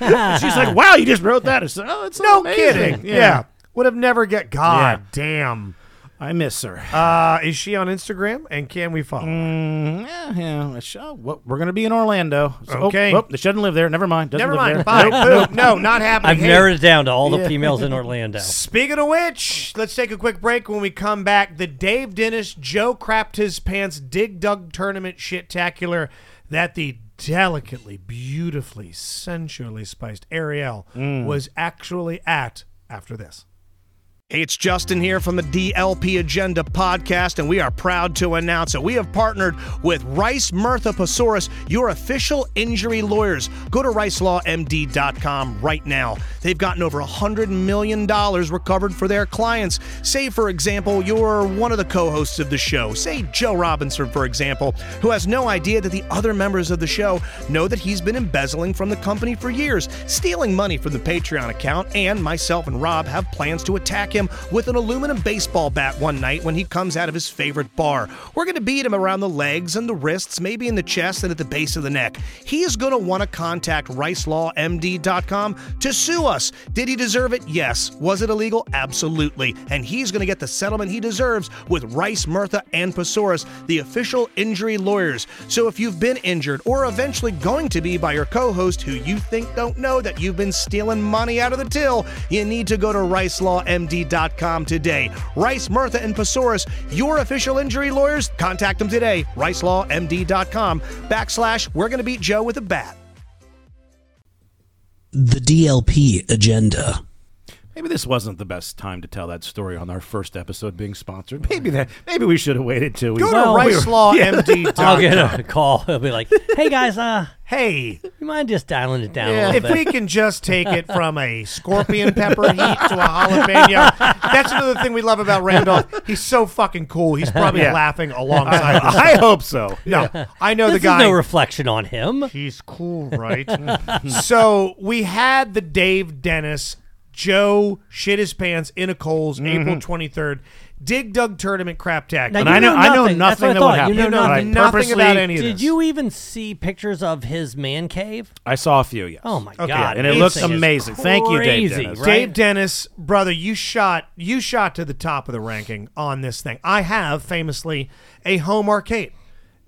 F: And she's like wow you just wrote that I said, oh it's
E: No
F: amazing."
E: kidding. Yeah.
F: yeah.
E: Would have never get. God damn.
F: i miss her
E: Uh, is she on Instagram? And can we follow? her?
F: Mm, yeah, yeah. it's- oh, well, we're gonna be in Orlando. So, oh,
E: Okay.
F: Oh, they shouldn't live there. Never mind. Doesn't
E: Never
F: live
E: mind.
F: there.
E: Bye.
F: Nope.
E: Boom. No, not happening.
G: I've
E: Hey,
G: narrowed it down to all the females in Orlando.
E: Speaking of which, let's take a quick break. When we come back, the Dave Dennis Joe crapped his pants dig dug tournament shit tacular that the delicately, beautifully, sensually spiced Ariel was actually at after this. It's Justin here from the DLP Agenda podcast, and we are proud to announce that we have partnered with Rice Mirtha Pasoris, your official injury lawyers. Go to ricelawmd.com right now. They've gotten over $100 million recovered for their clients. Say, for example, you're one of the co hosts of the show, say Joe Robinson, for example, who has no idea that the other members of the show know that he's been embezzling from the company for years, stealing money from the Patreon account, and myself and Rob have plans to attack him with an aluminum baseball bat one night when he comes out of his favorite bar. We're going to beat him around the legs and the wrists, maybe in the chest and at the base of the neck. He is going to want to contact ricelawmd.com to sue us. Did he deserve it? Yes. Was it illegal? Absolutely. And he's going to get the settlement he deserves with Rice, Murtha, and Pasoris, the official injury lawyers. So if you've been injured or eventually going to be by your co host who you think don't know that you've been stealing money out of the till, you need to go to ricelawmd.com today. Rice, Murtha, and Pasoris, your official injury lawyers, contact them today. ricelawmd.com backslash we're going to beat Joe with a bat.
I: The DLP agenda.
F: Maybe this wasn't the best time to tell that story on our first episode being sponsored. Maybe that. Maybe we should have waited till we.
E: Go to
G: Well, we were- I'll
E: ricelawmd.com.
G: get a call. I'll be like, "Hey guys, uh,
E: hey,
G: you mind just dialing it down a little
E: if
G: bit?"
E: we can just take it from a scorpion pepper heat to a jalapeno, that's another thing we love about Randolph. He's so fucking cool. He's probably
F: Yeah.
E: laughing alongside us.
F: I hope so.
E: No, I know
G: this
E: the guy.
G: is no reflection on him.
E: He's cool, right? so we had the Dave Dennis, Joe shit his pants in a Coles,
G: Mm-hmm.
E: April 23rd, Dig Dug Tournament Crap Tag.
G: Now,
F: And
G: you
F: I know- I know
G: That's
F: nothing
G: what
F: that would
G: I thought.
F: happen.
G: You
E: You
G: know
E: know
G: nothing.
E: nothing about any of
G: Did
E: this.
G: you even see pictures of his man cave?
F: I saw a few. Yes.
G: Oh my
E: Okay,
G: god!
F: and it
G: this
F: looks
G: thing is
F: amazing. Thank you, Dave
G: crazy,
F: Dennis.
G: right?
E: Dave Dennis, brother, you shot you shot to the top of the ranking on this thing. I have famously a home arcade.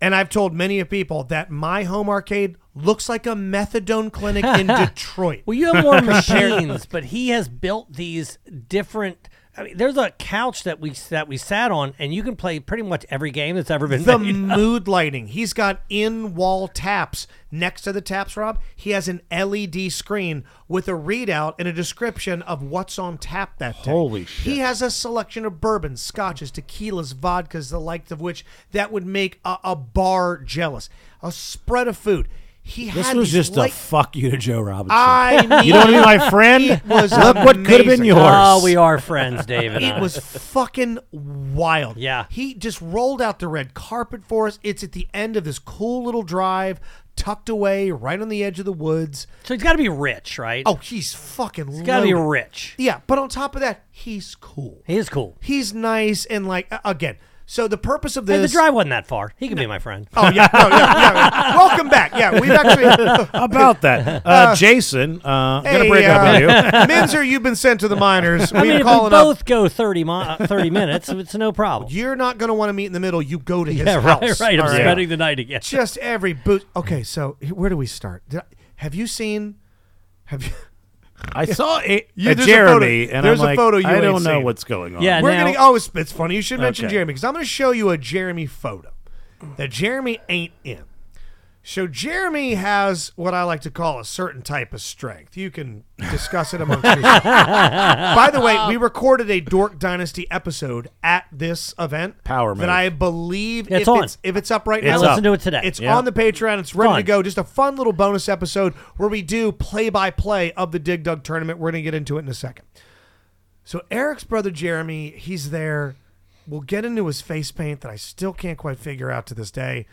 E: And I've told many of people that my home arcade looks like a methadone clinic in Detroit.
G: Well, you have more machines, but he has built these different. I mean, there's a couch that we that we sat on, and you can play pretty much every game that's ever been
E: the
G: made.
E: mood lighting. He's got in wall taps. Next to the taps, Rob, he has an LED screen with a readout and a description of what's on tap that day.
F: Holy shit.
E: He has a selection of bourbons, scotches, tequilas, vodkas, the like of which that would make a, a bar jealous. A spread of food. He
F: This
E: had
F: was
E: these
F: just
E: light-
F: a fuck you to Joe Robinson.
E: I
F: you know what I mean, my friend?
E: It was
F: Look what could have been
E: amazing.
F: yours.
G: Oh, we are friends, David.
E: It was fucking wild.
G: Yeah.
E: He just rolled out the red carpet for us. It's at the end of this cool little drive, tucked away right on the edge of the woods.
G: so he's got to be rich, right?
E: Oh, he's fucking
G: he's got to be
E: loaded.
G: rich.
E: Yeah, but on top of that, he's cool.
G: He is cool.
E: He's nice and like a- again. So the purpose of this
G: Hey, the drive wasn't that far. He can be my friend.
E: Oh yeah, no, yeah, yeah, yeah. Welcome back. Yeah, we've actually
F: How about that? Uh, Jason, uh, I'm
E: Hey,
F: gonna break up with you.
E: uh, Minzer, you've been sent to the minors.
G: I mean,
E: We're
G: if we
E: calling
G: both
E: up.
G: go 30, mi- uh, 30 minutes, it's no problem.
E: You're not going to want to meet in the middle. You go to his
G: yeah, right,
E: house.
G: right. I'm
E: all
G: spending the night again.
E: just every boot. Okay, so h- where do we start? Did I- have you seen? Have you?
F: I saw a,
E: You-
F: a
E: there's a
F: Jeremy,
E: photo-
F: and
E: there's
F: I'm
E: a
F: like,
E: photo you
F: I
E: ain't
F: don't know
E: seen.
F: what's going on.
G: Yeah,
E: We're
G: now-
E: gonna. Oh, it's, it's funny you should mention
F: Okay.
E: Jeremy because I'm gonna show you a Jeremy photo that Jeremy ain't in. So Jeremy has what I like to call a certain type of strength. You can discuss it amongst yourselves. By the way, we recorded a Dork Dynasty episode at this event.
F: Power
E: that
F: move.
E: I believe
G: It's
E: if
G: on.
E: it's if it's up right
F: It's
E: now,
F: up.
G: I listened to it today.
E: It's
F: Yeah.
E: on the Patreon. It's ready
G: Fun.
E: to go. Just a fun little bonus episode where we do play by play of the Dig Dug tournament. We're going to get into it in a second. So, Eric's brother Jeremy, he's there. We'll get into his face paint that I still can't quite figure out to this day.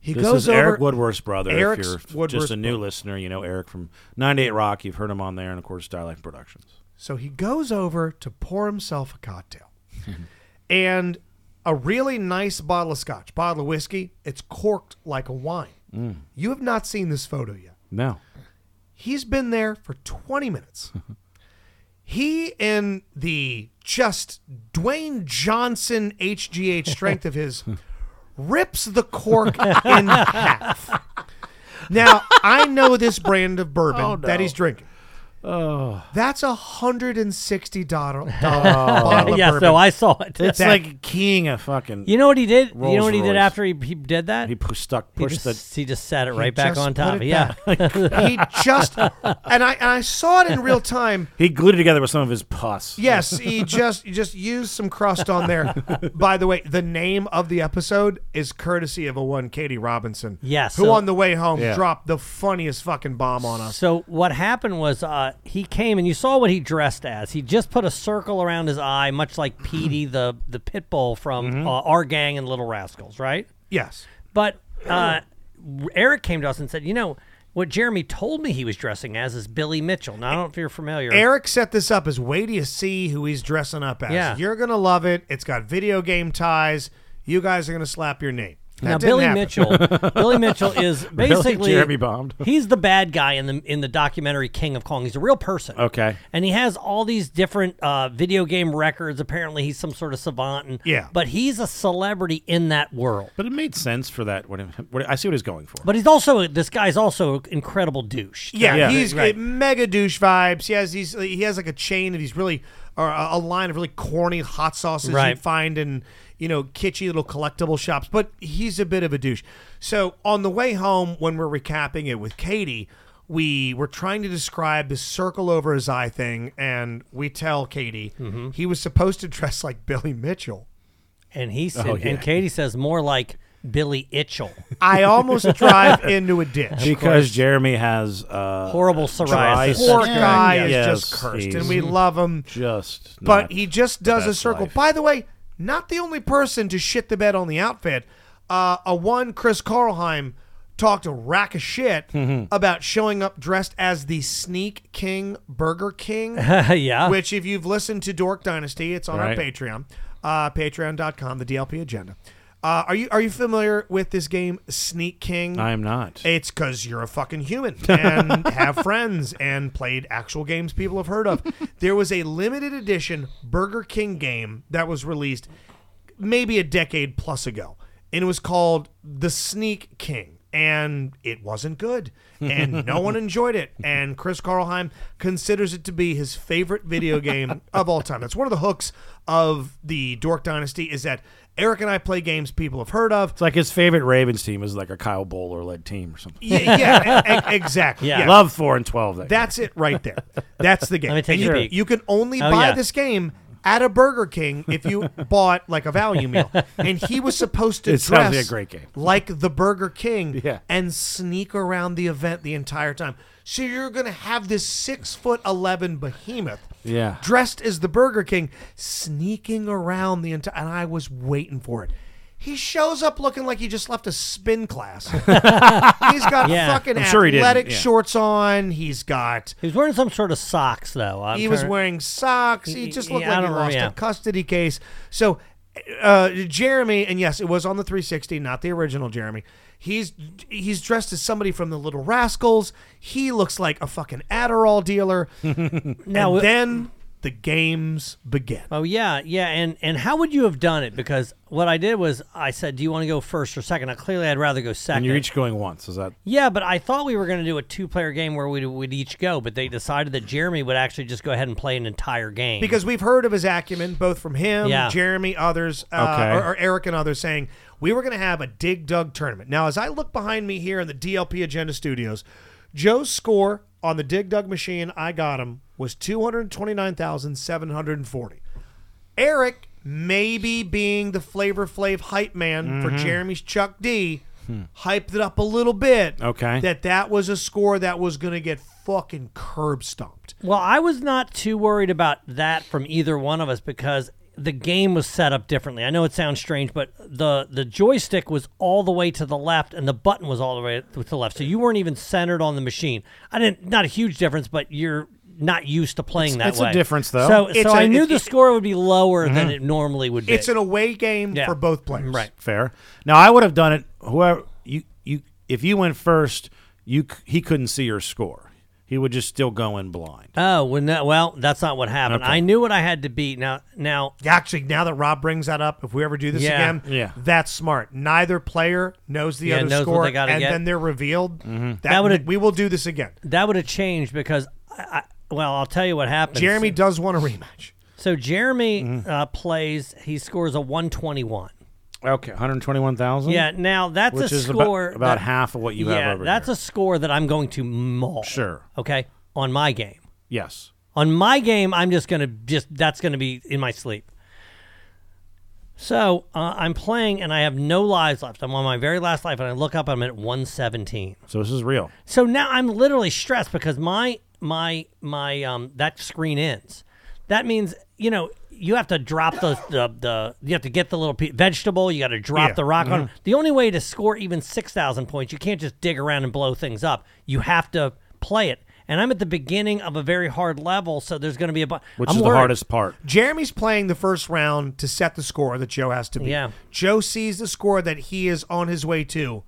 E: He
F: This
E: goes
F: is
E: over.
F: Eric Woodworth's brother.
E: Eric's
F: if you're
E: Woodworth's
F: just a new listener, you know Eric from 98 Rock. You've heard him on there, and of course, Star Life Productions.
E: So he goes over to pour himself a cocktail. and a really nice bottle of scotch, bottle of whiskey. It's corked like a wine.
F: Mm.
E: You have not seen this photo yet.
F: No,
E: He's been there for 20 minutes. he and the just Dwayne Johnson HGH strength of his rips the cork in
G: Oh,
E: half. Now, I know this brand of bourbon that he's drinking. That's a hundred and sixty dollar bottle of
G: yeah,
E: bourbon.
G: so I saw it.
F: It's like keying a fucking.
G: you know what he did? you
F: Rolls
G: know what he did
F: Royce.
G: after he, he did that?
F: he pu- stuck
G: He
F: pushed the.
G: just, he just sat it right back
E: just
G: on
E: put
G: top.
E: it
G: Yeah.
E: he just and I and I saw it in real time.
F: He glued it together with some of his pus.
E: Yes, he just he just used some crust on there. By the way, the name of the episode is courtesy of a one Katie Robinson.
G: Yes,
E: who
G: so-
E: on the way home
F: Yeah.
E: dropped the funniest fucking bomb on us.
G: So what happened was uh, he came and you saw what he dressed as. He just put a circle around his eye, much like Petey the the pit bull from uh, our gang and Little Rascals, right?
E: Yes,
G: But uh, Eric came to us and said, you know. What Jeremy told me he was dressing as is Billy Mitchell. Now I don't know if you're familiar.
E: Eric set this up as way to see who he's dressing up as.
G: Yeah.
E: You're gonna love it. It's got video game ties. You guys are gonna slap your name. That
G: now
E: didn't
G: Billy
E: happen.
G: Mitchell, Billy Mitchell is basically
F: Jeremy bombed.
G: He's the bad guy in the in the documentary King of Kong. He's a real person.
F: Okay.
G: and he has all these different uh, video game records. Apparently, he's some sort of savant. And,
E: Yeah.
G: but he's a celebrity in that world.
F: But it made sense for that. What, what I see what he's going for.
G: But he's also this guy's also an incredible douche.
E: Yeah,
F: Yeah.
E: he's
F: Right.
E: mega douche vibes. He has these. He has like a chain of these really, or a a line of really corny hot sauces you
G: Right.
E: find in you know kitschy little collectible shops. But he's a bit of a douche. So on the way home, when we're recapping it with Katie, we were trying to describe this circle over his eye thing, and we tell Katie
F: Mm-hmm.
E: he was supposed to dress like Billy Mitchell.
G: and he said,
F: Oh, yeah.
G: and Katie says more like Billy Itchell,
E: I almost drive into a ditch.
F: because Jeremy has uh,
G: horrible psoriasis.
E: Poor
F: Yeah.
E: guy is
F: Yes,
E: just cursed, and
F: he's-
E: we love him.
F: just.
E: but
F: not-
E: he just does a
F: best
E: circle.
F: life.
E: By the way, not the only person to shit the bed on the outfit. Uh, a one Chris Carlheim talked a rack of shit
F: Mm-hmm.
E: about showing up dressed as the Sneak King Burger King,
G: yeah,
E: which if you've listened to Dork Dynasty, it's on
F: Right.
E: our Patreon, uh, patreon.com, the DLP agenda. Uh, are you are you familiar with this game Sneak King?
F: I am not.
E: It's because you're a fucking human and have friends and played actual games people have heard of. There was a limited edition Burger King game that was released maybe a decade plus ago, and it was called The Sneak King. And it wasn't good, and no one enjoyed it. And Chris Carlheim considers it to be his favorite video game of all time. That's one of the hooks of the Dork Dynasty is that Eric and I play games people have heard of.
F: It's like his favorite Ravens team is like a Kyle Bowler led team or something.
E: Yeah, yeah e- e- exactly.
G: Yeah.
F: Love four and twelve. That
E: That's it right there. That's the game.
G: Let me take
E: And
G: a
E: you,
G: peek.
E: you can only
G: Oh,
E: buy
G: yeah.
E: this game at a Burger King if you bought like a value meal. And he was supposed to
F: It
E: dress
F: sounds like a great game.
E: like the Burger King
F: Yeah.
E: and sneak around the event the entire time. So you're gonna have this six foot eleven behemoth
F: Yeah.
E: dressed as the Burger King sneaking around the entire and I was waiting for it. He shows up looking like he just left a spin class. He's got
G: Yeah.
E: fucking
F: I'm sure he didn't,
E: athletic
F: yeah.
E: shorts on. He's got
G: he was wearing some sort of socks though. I'm
E: he was
G: trying-
E: wearing socks. He
G: Y-
E: just
G: y-
E: looked
G: I
E: like he
G: don't
E: lost
G: remember, yeah.
E: a custody case. So, uh, Jeremy, and yes, it was on the 360, not the original Jeremy. He's he's dressed as somebody from the Little Rascals. He looks like a fucking Adderall dealer.
G: now.
E: and then the games begin.
G: Oh yeah, yeah, and and how would you have done it? Because what I did was I said, "Do you want to go first or second? Now clearly, I'd rather go second.
F: and you're each going once. Is that
G: Yeah, but I thought we were going to do a two-player game where we would each go, but they decided that Jeremy would actually just go ahead and play an entire game.
E: because we've heard of his acumen, both from him,
G: Yeah.
E: Jeremy, others, uh,
F: Okay.
E: or, or Eric and others, saying we were going to have a Dig Dug tournament. Now, as I look behind me here in the DLP Agenda Studios, Joe's score on the Dig Dug machine I got him was two hundred twenty-nine thousand seven hundred forty. Eric, maybe being the Flavor Flav hype man for
G: Mm-hmm.
E: Jeremy's Chuck D,
G: Hmm.
E: hyped it up a little bit.
F: Okay.
E: that that was a score that was going to get fucking curb stomped.
G: well, I was not too worried about that from either one of us because the game was set up differently. I know it sounds strange, but the the joystick was all the way to the left and the button was all the way to the left, so you weren't even centered on the machine. I didn't not a huge difference, but you're not used to playing that
F: it's a
G: way.
F: difference, though.
G: So,
E: It's
G: so I
E: a-
G: knew
E: it-
G: the
E: it-
G: score would be lower than it normally would be.
E: It's an away game
G: Yeah.
E: for both players.
G: right.
F: fair? Now I would have done it. Whoever you you if you went first, you c- he couldn't see your score. He would just still go in blind.
G: Oh well, no, well, that's not what happened. I knew what I had to beat. Now, now,
E: Actually, now that Rob brings that up, if we ever do this
G: Yeah.
E: again,
F: Yeah.
E: that's smart. Neither player knows the
G: Yeah,
E: other
G: knows what
E: score,
G: they gotta
E: and
G: get. Mm-hmm.
E: then they're revealed. That,
G: That would've-
E: we will do this again.
G: that would have changed because I, I, well, I'll tell you what happens.
E: Jeremy does want a rematch.
G: So Jeremy
F: Mm-hmm.
G: uh, plays. He scores a 121.
F: Okay, 121,000?
G: Yeah. Now that's
F: Which
G: a
F: is about-
G: score
F: about
G: that-
F: half of what you
G: yeah,
F: have over
G: that's
F: here.
G: a score that I'm going to maul.
F: Sure.
G: Okay. On my game.
F: Yes.
G: On my game, I'm just gonna just that's gonna be in my sleep. So uh, I'm playing and I have no lives left. I'm on my very last life, and I look up. I'm at 117.
F: So this is real.
G: So now I'm literally stressed because my my my um that screen ends. That means you know you have to drop the the, the you have to get the little pe- vegetable. You got to drop the rock
E: mm-hmm.
G: on. The only way to score even six thousand points, you can't just dig around and blow things up. You have to play it. And I'm at the beginning of a very hard level, so there's going to be a bu-
F: Which
G: I'm
F: is the
G: worried.
F: hardest part.
E: Jeremy's playing the first round to set the score that Joe has to beat.
G: Yeah.
E: Joe sees the score that he is on his way to.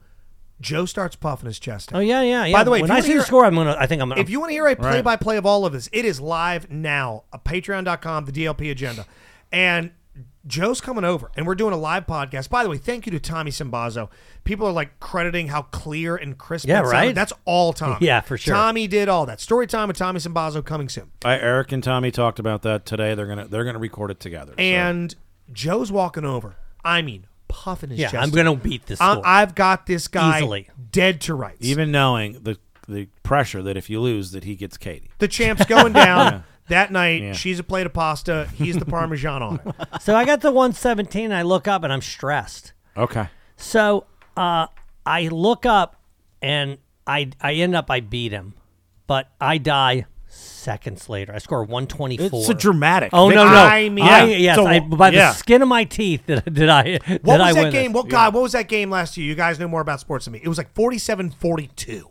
E: Joe starts puffing his chest out.
G: Oh yeah, yeah, yeah.
E: By the way, if
G: when
E: you
G: I
E: wanna
G: see the
E: hear-
G: score, I'm gonna. I think I'm gonna.
E: If you want to hear a play by play of all of this, it is live now uh, at patreon.com, the DLP agenda. And Joe's coming over, and we're doing a live podcast. By the way, thank you to Tommy Simbazo. People are like crediting how clear and crisp.
G: Yeah,
E: it sounded.
G: right?
E: That's all Tommy.
G: Yeah, for sure.
E: Tommy did all that. Story time with Tommy Simbazo coming soon.
F: I, Eric and Tommy talked about that today. They're gonna they're gonna record it together. so.
E: And Joe's walking over. I mean, puffing his
G: yeah,
E: chest.
G: I'm gonna beat this
E: I-
G: score.
E: I've got this guy
G: Easily.
E: dead to rights.
F: even knowing the the pressure that if you lose that he gets Katie.
E: the champ's going down that night. She's a plate of pasta. He's the parmesan on it.
G: so I got to 117. And I look up and I'm stressed.
F: Okay.
G: So uh, I look up and I I end up I beat him, but I die seconds later. I score one twenty four.
F: It's a dramatic.
G: Oh no no!
E: I mean-
G: I-
E: Yeah.
G: yes,
F: So-
G: I, by the
F: yeah.
G: skin of my teeth did, did I did
E: What
G: I
E: was
G: win
E: that
G: this.
E: game? What God? What was that game last year? You guys know more about sports than me. It was like 47-42.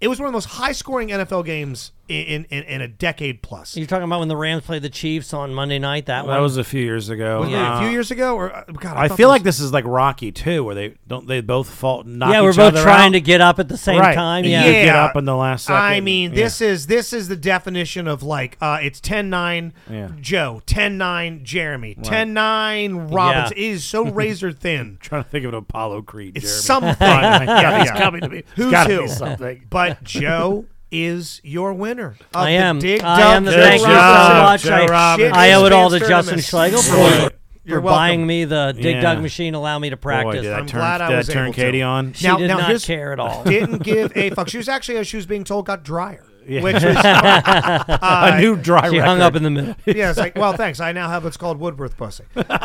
E: It was one of the most high-scoring NFL games in in, in a decade plus.
G: You're talking about when the Rams played the Chiefs on Monday night. That
F: That
G: one.
F: was a few years ago.
E: Yeah, a few
F: Uh,
E: years ago, or uh, God, I,
F: I
E: thought
F: feel
E: that
F: like
E: was-
F: this is like Rocky too, where they don't they both fall. Knock
G: yeah, we're
F: each
G: both
F: other
G: trying
F: out.
G: to get up at the same
F: right.
G: time.
F: And
G: Yeah.
F: you get up in the last second.
E: I mean,
F: Yeah.
E: this is this is the definition of like uh, it's 10-9
F: Yeah.
E: Joe, 10-9 Jeremy, 10-9 Robinson. It is so razor thin.
F: trying to think of an Apollo Creed.
E: It's
F: Jeremy.
E: something.
F: yeah, he's
E: Yeah.
F: coming to me. It's
E: Who's
F: gotta
E: who?
F: be something.
E: But Joe is your winner. Of
G: I am.
E: The Dig
G: I
E: Dug
G: am. The,
E: Joe
G: thank you so
E: Robinson.
G: much.
F: Joe
G: I,
F: Robinson.
G: I owe it all to
E: Shit,
G: Justin
E: Miss
G: Schlegel for,
E: Boy,
G: for
E: you're
G: buying
E: welcome.
G: me the Dig
F: Yeah.
G: Dug machine, allow me to practice.
F: Boy, did I
E: I'm
F: turn,
E: glad I
F: did
E: was
F: turn
E: able to.
F: Katie on.
G: She did not
E: here's-
G: care at all.
E: Didn't give a fuck. She was actually, she was being told, got drier. Which is, uh,
F: a new dry
G: she hung up in the middle.
E: yeah, it's like, well, thanks. I now have what's called Woodworth pussy.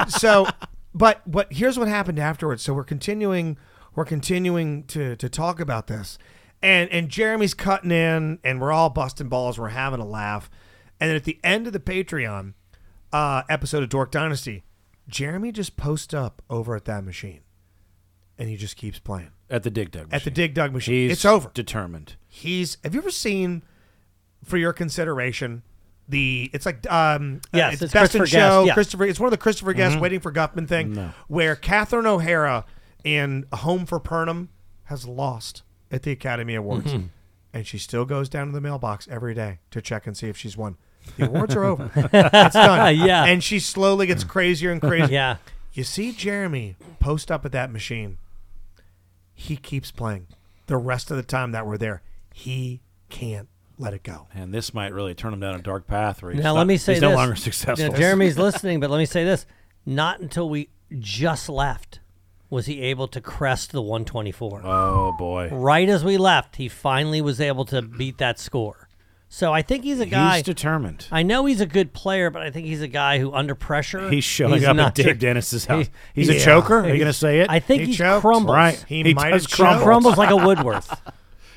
E: So, but but here's what happened afterwards. So we're continuing, we're continuing to to talk about this, and and Jeremy's cutting in, and we're all busting balls. We're having a laugh, and then at the end of the Patreon uh, episode of Dork Dynasty, Jeremy just posts up over at that machine, and he just keeps playing
F: at the dig dug.
E: at the
F: machine.
E: Dig Dug machine.
F: He's
E: it's over
F: Determined.
E: he's have you ever seen for your consideration the it's like um uh,
G: Yes,
E: it's,
G: it's
E: best in
G: Christopher Guest,
E: show
G: yeah. Mm-hmm.
E: christopher it's one of the christopher guest waiting for guffman thing where catherine o'hara in home for pernum has lost at the academy awards
G: Mm-hmm.
E: and she still goes down to the mailbox every day to check and see if she's won the awards are over it's done
G: Yeah.
E: and she slowly gets crazier and crazier
G: Yeah.
E: you see Jeremy post up at that machine. He keeps playing the rest of the time that we're there. He can't let it go.
F: And this might really turn him down a dark path. Where he's
G: Now
F: not-
G: let me say
F: he's
G: this.
F: no longer successful.
G: Now, Jeremy's listening, but let me say this: not until we just left was he able to crest the 124.
F: Oh boy.
G: right as we left, he finally was able to beat that score. So I think he's a guy.
F: He's determined.
G: I know he's a good player, but I think he's a guy who under pressure
F: He's showing
G: he's
F: up
G: not
F: at Dave
G: your-
F: Dennis's house.
G: he-
F: he's
E: yeah.
F: a choker. Are you going to say it?
G: I think
E: He
G: he,
E: choked,
G: crumbles.
F: right.
E: He
F: He
E: might
F: does
E: have
F: crumble.
G: Crumbles like a Woodworth.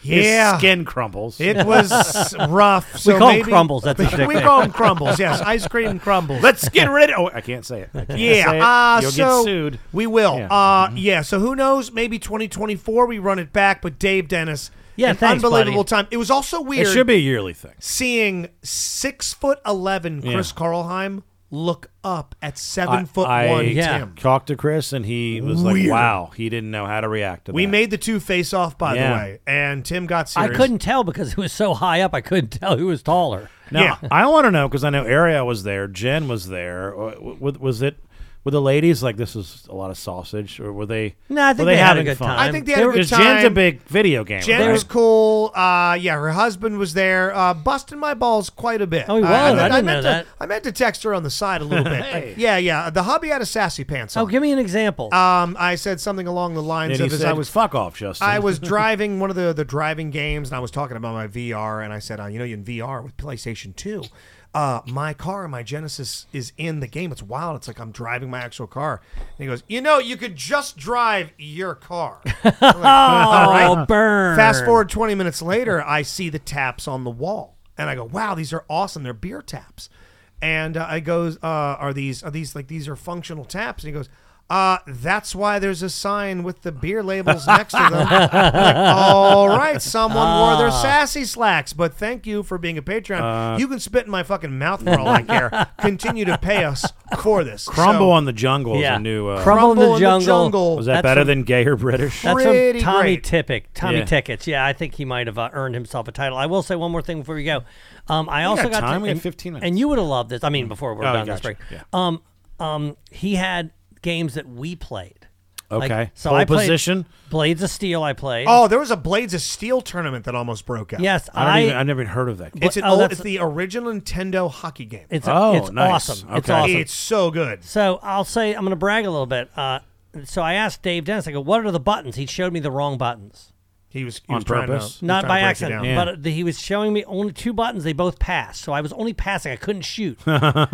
E: Yeah.
F: His skin crumbles.
E: It was rough.
G: We
E: So
G: call him
E: maybe,
G: crumbles, that's his
E: we
G: nickname.
E: call him crumbles. Yes, ice cream crumbles.
F: Let's get rid of. Oh, I can't say it. I can't
E: yeah,
F: say it.
E: uh,
F: You'll
E: so
F: get sued.
E: we will.
F: Yeah. Mm-hmm.
E: Uh, yeah. So who knows? Maybe 2024 we run it back. But Dave Dennis,
G: Yeah,
E: an
G: thanks,
E: unbelievable
G: buddy.
E: time. It was also
F: It
E: weird.
F: should be a yearly thing.
E: seeing six foot eleven Chris
F: Yeah.
E: Carlheim look up at seven
F: I-
E: foot
F: I
E: one
G: Yeah.
E: Tim.
F: talked to Chris, and he was like, "Wow, he didn't know how to react to
E: We
F: that."
E: made the two face off, by
F: Yeah.
E: the way, and Tim got
G: I
E: serious.
G: couldn't tell because it was so high up. I couldn't tell who was taller.
F: Now,
E: Yeah.
F: I want to know because I know Ariel uh, was there, Jen was there. W- w- Was it Were the ladies like this is a lot of sausage, or were they?
G: No, I think
F: were
G: they had a
F: having
G: good
F: fun?
G: time. I think
E: they had a good
F: Because Jen's a
E: time.
F: big video game.
E: Jen
F: right?
E: was cool. Uh, yeah, her husband was there, uh, busting my balls quite a bit.
G: Oh, he
E: Uh,
G: was? I
E: meant- meant
G: didn't know
E: to,
G: that.
E: I meant to text her on the side a little bit.
F: Hey.
E: Yeah, yeah. The hubby had a sassy pants
G: Oh,
E: on.
G: give me an example.
E: Um, I said something along the
F: And
E: lines
F: he
E: of as
F: said,
E: I was
F: "Fuck off, Justin."
E: I was driving one of the the driving games, and I was talking about my VR, and I said, uh, you know, in VR with PlayStation Two, uh, my car, my Genesis is in the game. It's wild. It's like I'm driving my actual car. And he goes, you know, you could just drive your car. I'm like,
G: oh,
E: "All right."
G: burn.
E: Fast forward 20 minutes later, I see the taps on the wall, and I go, wow, these are awesome. They're beer taps. And uh, I goes, uh, are these are these like these are functional taps? And he goes. Uh, that's why there's a sign with the beer labels next to them. I'm like, all right, someone wore their sassy slacks, but thank you for being a Patreon. you can spit in my fucking mouth for all I care. Continue to pay us for this.
F: Crumble
E: So-
F: on the Jungle
G: Yeah.
F: is a new. Uh,
G: Crumble, in the
E: Crumble in the
G: jungle.
E: Jungle.
F: was that
G: That's
F: better
G: from-
F: than Gay or British?
G: That's
E: Pretty
G: from Tommy
E: great.
G: Tippett. Tommy
F: Yeah.
G: Tickets. Yeah, I think he might have uh, earned himself a title. I will say one more thing before we go. Um, I also
F: got
G: got,
F: time.
G: To,
F: We got
G: and-
F: 15 minutes.
G: And you would have loved this. I mean, before we're
F: Oh,
G: done this
F: gotcha.
G: break. Um, um, he had games that we played. Like,
F: Okay.
G: so
F: Pole
G: I played
F: position?
G: Blades of Steel. I played.
E: Oh, there was a Blades of Steel tournament that almost broke out.
G: yes,
F: I don't
G: I.
F: even, I've never even heard of that. Game.
E: It's an
G: Oh,
E: old,
G: that's-
E: it's the original Nintendo hockey game.
G: it's
F: Oh,
G: it's
F: nice.
G: awesome. It's
F: Okay.
G: awesome.
E: It's so good.
G: So I'll say I'm going to brag a little bit. Uh, so I asked Dave Dennis. I go, "What are the buttons?" He showed me the wrong buttons.
E: He was he
F: On
E: was trying to-
F: purpose?
E: he was trying
G: not
E: to
G: by
E: break you
G: accident,
E: down.
G: but the, he was showing me only two buttons. They both passed, so I was only passing. I couldn't shoot.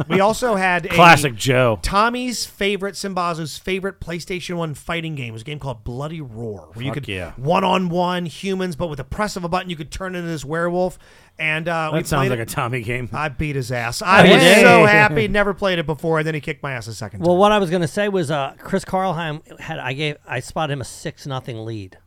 E: We also had a-
F: Classic Joe.
E: Tommy's favorite, Simbazo's favorite PlayStation One fighting game was a game called Bloody Roar, where you
F: Fuck
E: could
F: yeah.
E: one on one humans, but with the press of a button, you could turn into this werewolf. And uh, we
F: That sounds
E: played
F: like a
E: it.
F: Tommy game.
E: I beat his ass. I
G: you
E: was
G: did?
E: so happy. Never played it before, and then he kicked my ass a second
G: well,
E: time.
G: what I was going to say was, uh, Chris Carlheim had I gave I spotted him a six nothing lead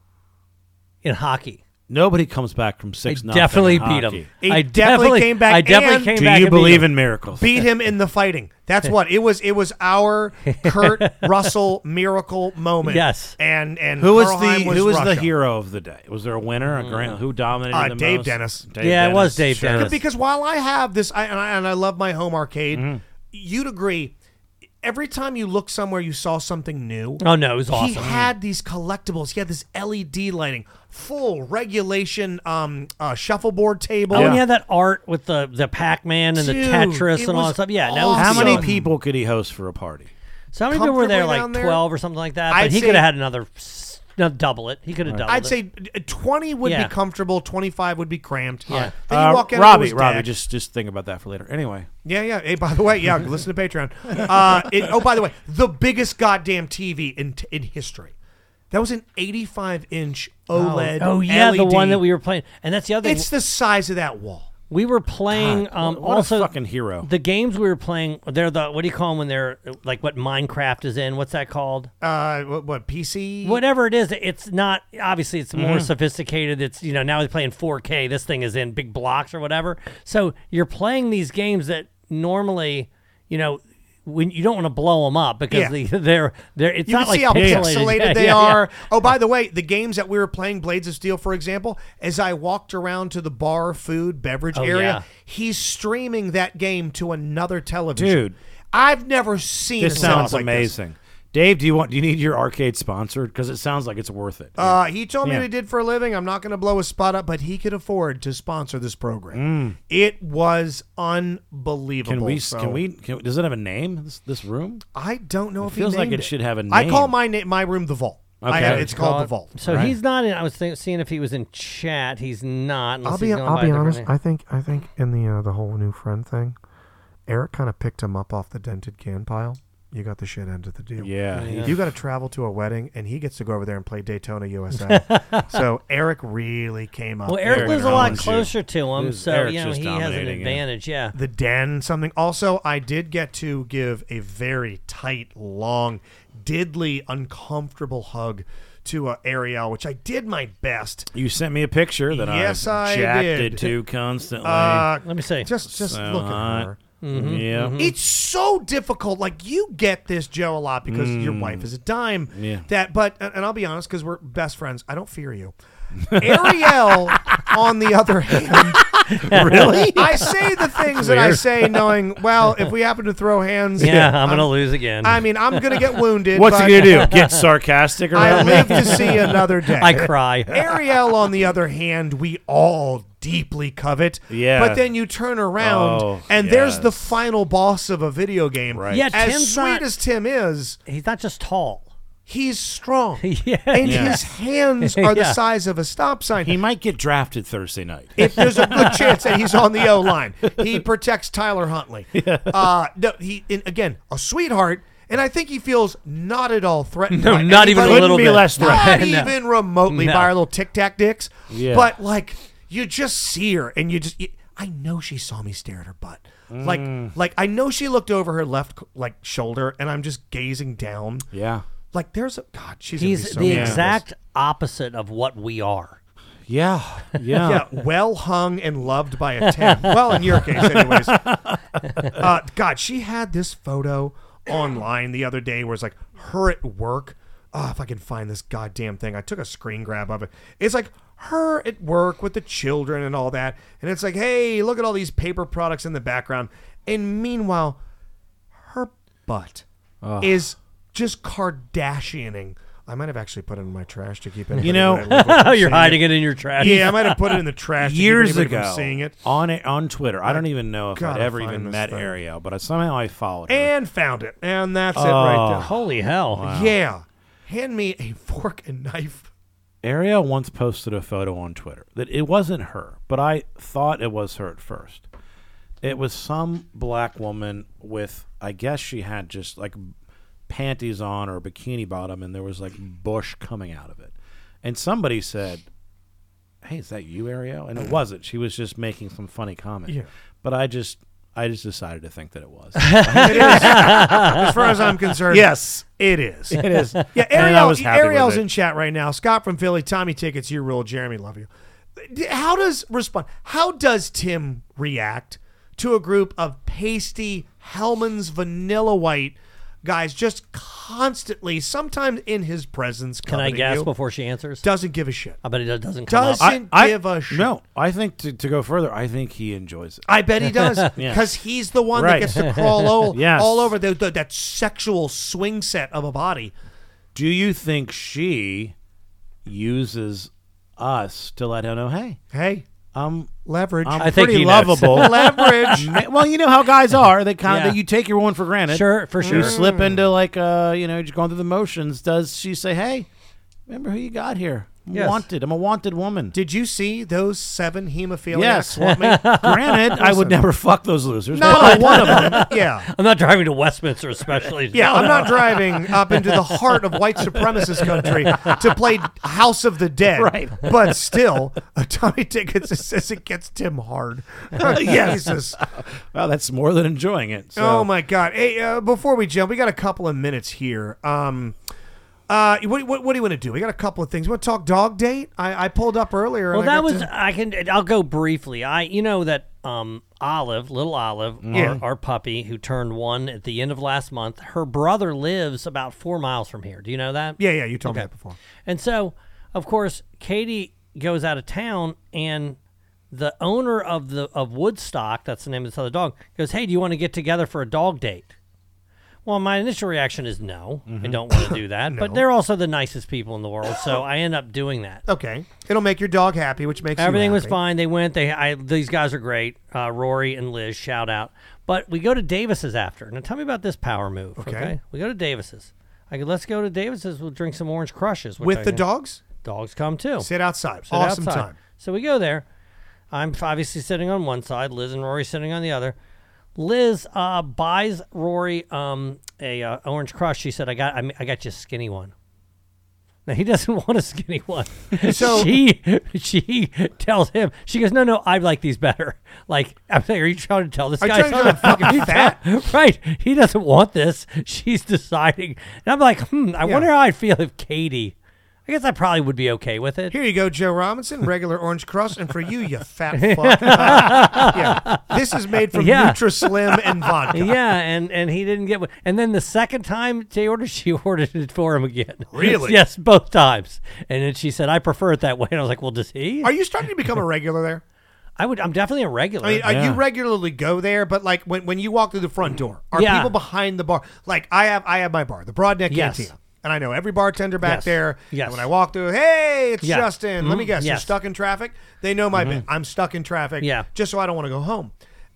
G: in hockey.
F: Nobody comes back from six.
G: I
F: nothing
G: definitely
F: in
G: beat
F: hockey.
G: him.
E: He
G: I
E: definitely came back
G: I definitely
E: and-
G: came
F: Do
G: back.
F: you
G: and beat
F: believe
G: him.
F: in miracles?
E: Beat him in the fighting. That's what it was. It was our Kurt Russell miracle moment.
G: Yes.
E: and and
F: Who was the
E: Karlheim Mm-hmm. was
F: Who was the
E: Russia.
F: hero of the day? Was there a winner? A grand, who dominated
E: Uh,
F: the
E: Dave
F: most?
E: Dennis.
F: Dave
G: Yeah, it was Dave
F: sure.
G: Dennis.
E: Because while I have this, I, and, I, and I love my home arcade,
G: Mm-hmm.
E: you'd agree. Every time you look somewhere, you saw something new.
G: Oh no, it was awesome.
E: He had these collectibles. He had this LED lighting, full regulation um, uh, shuffleboard table.
G: oh, and he had that art with the the Pac Man and the
E: Dude,
G: Tetris
E: it
G: and all
E: was
G: that stuff. Yeah, no, it was
F: How many
G: so-
F: people could he host for a party?
G: So how many people were there?
E: comfortably
G: Like
E: down there?
G: twelve or something like that. But
E: I'd
G: he
E: say-
G: could have had another. s- No, double it. He could have doubled
E: I'd
G: it.
E: say uh, twenty would
G: Yeah.
E: be comfortable, twenty-five would be cramped.
G: Yeah.
E: Then you
F: Uh,
E: walk in,
F: Robbie,
E: it was
F: Robbie,
E: dead.
F: just just think about that for later. Anyway,
E: Yeah, yeah. Hey, by the way, yeah, listen to Patreon. Uh, it, oh, by the way, the biggest goddamn TV in in history. That was an 85 inch E OLED.
G: Oh yeah, the
E: LED.
G: one that we were playing, and that's the other.
E: E It's
G: thing.
E: the size of that wall.
G: We were playing.
F: God,
G: um,
F: what a
G: also,
F: fucking hero.
G: The games we were playing, they're the what do you call them when they're like what Minecraft is in? What's that called?
E: Uh, what, what PC?
G: Whatever it is, it's not obviously it's
E: Mm-hmm.
G: more sophisticated. It's you know now they're playing 4K. This thing is in big blocks or whatever. So you're playing these games that normally, you know. When you don't want to blow them up because
E: Yeah.
G: the, they're they're it's
E: You
G: not
E: can see how
G: like pixelated,
E: pixelated
G: Yeah,
E: they
G: yeah, yeah.
E: are. Oh, by the way, the games that we were playing, Blades of Steel, for example, as I walked around to the bar, food, beverage
G: Oh,
E: area,
G: yeah.
E: he's streaming that game to another television.
F: Dude.
E: I've never seen.
F: this
E: a
F: sounds
E: setup like this.
F: amazing. Dave, do you want? Do you need your arcade sponsored? Because it sounds like it's worth it.
E: Uh, he told me
F: Yeah.
E: what he did for a living. I'm not going to blow his spot up, but he could afford to sponsor this program. It was unbelievable.
F: Mm. can we?
E: so-
F: Can we? Can, does it have a name? This, this room?
E: I don't know if
F: feels
E: he
F: like
E: named
F: it should have a
E: I call
F: name.
E: my na- my room the vault. I-
F: Okay.
E: it's called the vault.
G: So he's not in. I was think, seeing if he was in chat. He's not. unless
J: I'll be
G: he's going
J: I'll
G: by a
J: be
G: different
J: honest.
G: name.
J: I think I think in the uh, the whole new friend thing, Eric kind of picked him up off the dented can pile. You got the shit end of the deal.
F: Yeah. Yeah.
J: You got to travel to a wedding, and he gets to go over there and play Daytona USA. so Eric really came up.
G: Well, Eric,
F: Eric
G: lives a lot
F: owns you.
G: closer to him,
F: This-
G: so
F: Eric's
G: you know
F: just
G: he has an
F: dominating you.
G: advantage. Yeah.
J: the den something.
E: Also, I did get to give a very tight, long, diddly, uncomfortable hug to uh, Ariel, which I did my best.
F: You sent me a picture that
E: Yes,
F: I
E: I
F: jacked
E: did.
F: it to constantly.
E: Uh, Mm-hmm.
G: Let me see.
E: just just
F: So
E: look at
F: hot.
E: her.
F: Yeah.
E: It's so difficult. Like you get this Joe a lot because
G: Hmm.
E: your wife is a dime.
F: Yeah.
E: That, but and and I'll be honest because we're best friends. I don't fear you. Ariel, on the other hand, really, I say the things that I say, knowing well if we happen to throw hands.
G: Yeah, I'm gonna lose again.
E: I mean, I'm gonna get wounded.
F: What's
E: but
F: he gonna do? Get sarcastic
E: Mm-hmm. I
F: around me?
E: live to see another day.
G: I cry.
E: Ariel, on the other hand, we all deeply covet.
F: Yeah.
E: But then you turn around,
F: Oh,
E: and there's the
F: yes.
E: final boss of a video game.
F: Right.
G: Yeah,
E: As
G: Tim's
E: sweet
G: not-
E: as Tim is,
G: He's not just tall.
E: he's strong.
G: Yeah.
E: And
F: Yeah.
E: his hands are the
G: Yeah.
E: size of a stop sign.
F: He might get drafted Thursday night.
E: if there's a good chance that he's on the O line, he protects Tyler Huntley. Uh, no, he and again a sweetheart, and I think he feels not at all threatened.
G: No,
E: by
G: not even a
E: anybody.
G: little
F: be
G: bit.
F: less than-
E: Not
G: No.
E: even remotely
G: No.
E: by our little tic tac dicks.
F: Yeah.
E: But like, you just see her, and you just. You, I know she saw me stare at her butt.
G: Mm.
E: Like, like I know she looked over her left like shoulder, and I'm just gazing down.
F: Yeah.
E: Like, there's a God. She's gonna be
G: He's
E: so
G: the
E: mad at us.
G: exact opposite of what we are.
F: Yeah. Yeah.
E: Yeah, well hung and loved by a 10. well, in your case, anyways. Uh, God, she had this photo online the other day where it's like her at work. Oh, if I can find this goddamn thing. I took a screen grab of it. It's like her at work with the children and all that. And it's like, hey, look at all these paper products in the background. And meanwhile, her butt is just Kardashianing. I might have actually put it in my trash to keep it.
F: You know-
G: Oh, you're hiding it in your trash.
E: Yeah, I might have put it in the trash to keep
F: years
E: anybody from
F: ago
E: seeing it
F: on it on Twitter. I don't even know if I'd
E: gotta
F: ever
E: find
F: even
E: this
F: met
E: thing.
F: Ariel, but I, somehow I followed her.
E: and found it, and that's it
F: Oh,
E: right
G: Oh, Holy hell.
E: there. Yeah, hand me a fork and knife.
F: Ariel once posted a photo on Twitter that it wasn't her, but I thought it was her at first. It was some black woman with, I guess she had just like panties on or a bikini bottom, and there was like bush coming out of it. And somebody said, "Hey, is that you, Ariel?" And it wasn't. She was just making some funny comment.
E: Yeah.
F: But I just, I just decided to think that it was.
E: It is, as far as I'm concerned.
F: yes,
E: it is.
F: it is.
E: Yeah,
F: And I
E: Ariel,
F: was happy with
E: Ariel's
F: it.
E: in chat right now. Scott from Philly, Tommy tickets, you rule. Jeremy, love you. How does respond? How does Tim react to a group of pasty Hellman's Vanilla White guys just constantly, sometimes in his presence?
G: Can I
E: coveting
G: guess
E: you?
G: before she answers?
E: Doesn't give a shit.
G: I bet it doesn't come
E: Does-
G: up.
E: didn't give a shit.
F: No, I think to, to go further, I think he enjoys it.
E: I bet he does
F: Yeah.
E: because he's the one
F: Right.
E: that gets to crawl all,
F: Yes.
E: all over the, the, that sexual swing set of a body.
F: Do you think she uses us to let him know, hey,
E: Hey,
F: I'm,
E: Um, leverage,
F: I'm
G: I think
F: pretty
G: he knows.
F: lovable.
E: leverage.
F: Ma- well, you know how guys are. They kind
G: Yeah.
F: of you take your one for granted.
G: Sure, for sure.
F: You slip into like uh, you know, just going through the motions. Does she say, "Hey, remember who you got here? I'm
G: Yes.
F: Wanted. I'm a wanted woman."
E: Did you see those seven hemophiliacs
F: Yes.
E: want me?
F: Granted, I would never fuck those losers.
E: Not one of them. Yeah.
G: I'm not driving to Westminster, especially.
E: Yeah, I'm not driving up into the heart of white supremacist country to play House of the Dead.
F: Right.
E: But still, Tommy Tickets says it gets Tim hard. Jesus.
F: Well, that's more than enjoying it. So.
E: Oh my God! Hey, uh, before we jump, we got a couple of minutes here. Um, uh, what, what, what do you want to do? We got a couple of things. We want to talk dog date. I, I pulled up earlier.
G: Well,
E: and I
G: that
E: got
G: was
E: to-
G: I can I'll go briefly. I you know that um Olive, little Olive,
E: Yeah.
G: our, our puppy who turned one at the end of last month. Her brother lives about four miles from here. Do you know that?
E: yeah, yeah. You told me that before.
G: And so, of course, Katie goes out of town, and the owner of the of Woodstock, that's the name of this other dog, goes, "Hey, do you want to get together for a dog date?" Well, my initial reaction is no,
E: Mm-hmm.
G: I don't want to do that. But they're also the nicest people in the world, so I end up doing that.
E: Okay, it'll make your dog happy, which makes you
G: Everything was
E: happy.
G: fine. They went. They I, these guys are great. Uh, Rory and Liz, shout out. But we go to Davis's after. Now tell me about this power move. Okay, we go to Davis's. I go, let's go to Davis's. We'll drink some orange crushes
E: with
G: I
E: the
G: think-
E: dogs.
G: Dogs come too.
E: Sit outside.
G: Sit
E: awesome
G: outside.
E: time.
G: So we go there. I'm f- obviously sitting on one side. Liz and Rory sitting on the other. Liz uh, buys Rory um, a uh, orange crush. She said, "I got I, m- I got you a skinny one." Now he doesn't want a skinny one.
E: So-
G: she she tells him. She goes, "No, no, I like these better." Like, I'm like, are you trying to tell this
E: Are you
G: guy?
E: trying to tell him I'm
G: something?
E: fucking
G: right? He doesn't want this. She's deciding, and I'm like, "Hmm, I wonder how I'd feel if Katie." I guess I probably would be okay with it.
E: Here you go, Joe Robinson, regular orange crust, and for you, you fat fuck. Uh, yeah. This is made from
G: Yeah.
E: Nutrislim and vodka.
G: yeah, and and he didn't get one. And then the second time Jay ordered, she ordered it for him again.
E: Really?
G: yes, both times. And then she said, "I prefer it that way." And I was like, "Well, does he?"
E: Are you starting to become a regular there?
G: I would. I'm definitely a regular.
E: I mean, uh,
F: Yeah.
E: you regularly go there, but like when, when you walk through the front door, are
G: Yeah.
E: people behind the bar? Like I have, I have my bar, the Broadneck
G: Yes.
E: Cantina, and I know every bartender back
G: Yes.
E: there. and
G: Yes.
E: when I walk through, hey, it's
G: Yeah.
E: Justin. Let me
G: Mhm.
E: guess, you're
G: Yes. Mm-hmm.
E: stuck in traffic. They know my bit. I'm stuck in traffic.
G: Yeah.
E: Just so I don't want to go home.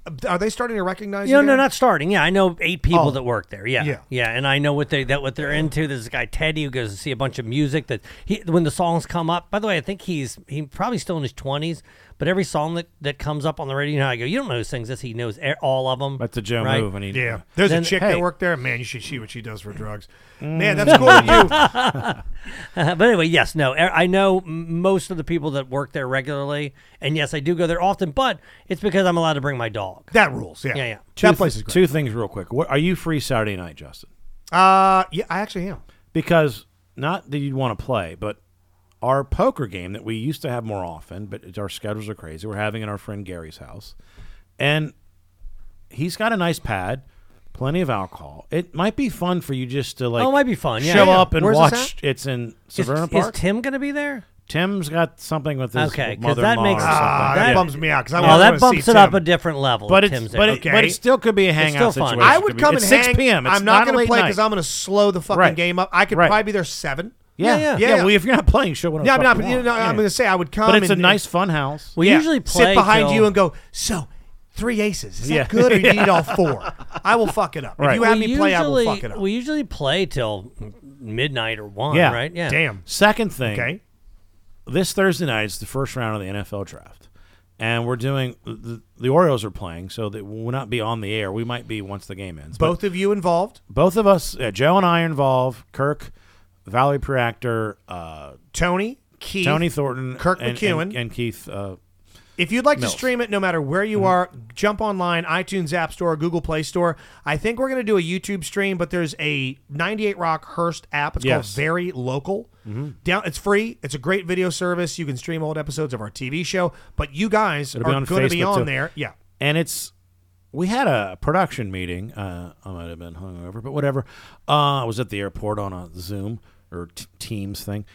E: Uh, Are they starting to recognize
G: you know,
E: you?
G: no,
E: there?
G: not starting. Yeah, I know eight people
E: Oh.
G: that work there. Yeah,
E: Yeah.
G: yeah, and I know what they that what they're into. There's a guy Teddy who goes to see a bunch of music. That he when the songs come up. By the way, I think he's he probably still in his twenties. But every song that that comes up on the radio, you know, I go, you don't know who sings this. He knows e- all of them.
F: That's a Joe
G: right?
F: move. And he,
E: Yeah, there's
G: Then-
E: a chick
G: hey. Mm.
E: that worked there. Man, you should see what she does for drugs. Man, that's cool. of you.
G: Uh, but anyway, yes, no, er, I I know m- most of the people that work there regularly, and yes, I do go there often. But it's because I'm allowed to bring my dog.
E: That rules. Yeah,
G: Yeah, yeah.
F: Two,
E: That
F: th-
E: place is great.
F: two things real quick. What, are you free Saturday night, Justin?
E: Uh, yeah, I actually am.
F: Because not that you'd want to play, but our poker game that we used to have more often, but it- our schedules are crazy. We're having in our friend Gary's house, and he's got a nice pad, plenty of alcohol. It might be fun for you just to like.
G: Oh, it might be fun, yeah.
F: show
G: Yeah.
F: up and
E: Where's this
F: watch. It's in
G: Is,
F: Severna
G: is
F: Park.
G: Tim going to be there?
F: Tim's got something with his
G: Okay, 'cause
F: mother-in-law
G: that makes-
F: or something.
E: Ah, that
G: Yeah.
E: bums me out because I
G: oh,
E: want
G: that
E: to
G: bumps
E: see
G: it up
E: Tim.
G: a different level.
F: but
G: if
F: it's
G: Tim's
F: but
G: there.
F: it, but it still could be a hangout
G: still fun.
F: situation.
E: I
F: It
E: would
F: could
E: come
F: be,
E: and
F: it's
E: hang.
F: six p.m. It's
E: I'm not,
F: going
E: gonna
F: to
E: play
F: night.
E: because I'm going to slow the fucking
F: Right.
E: game up. I could
F: Right.
E: probably be there seven.
F: yeah,
G: Yeah,
F: yeah,
E: yeah.
F: yeah. Well, if you're not playing, show up.
E: Yeah, I'm not. You know, I'm going to say I would come.
F: But it's a
E: and-
F: nice fun house.
G: we
E: yeah,
G: usually play
E: sit behind
G: till-
E: you and go. So three aces. Is
F: Yeah.
E: that good or you need all four? I will fuck it up. If
F: Right.
E: you have
G: we
E: me play, I will
G: usually-
E: fuck it up.
G: We usually play till midnight or one.
F: Yeah.
G: Right. Yeah.
E: Damn.
F: Second thing,
E: Okay.
F: this Thursday night is the first round of the NFL draft, and we're doing the, the Orioles are playing, so that we'll not be on the air. We might be once the game ends. But
E: Both of you involved.
F: both of us, uh, Joe and I, are involved. Kirk, Valerie Preactor, uh,
E: Tony, Keith,
F: Tony Thornton,
E: Kirk
F: and,
E: McEwen.
F: and, and Keith. Uh,
E: If you'd like
F: Mills. Mm-hmm.
E: to stream it, no matter where you are, jump online, iTunes App Store, Google Play Store. I think we're going to do a YouTube stream, but there's a 98 Rock Hearst app. It's
F: Yes. Mm-hmm.
E: called Very Local. Down, it's free. It's a great video service. You can stream old episodes of our TV show. But you guys
F: It'll be
E: are
F: on
E: going to be
F: Facebook,
E: on
F: too.
E: there. Yeah,
F: and it's we had a production meeting. Uh, I might have been hungover, but whatever. Uh, I was at the airport on a Zoom or t- Teams thing.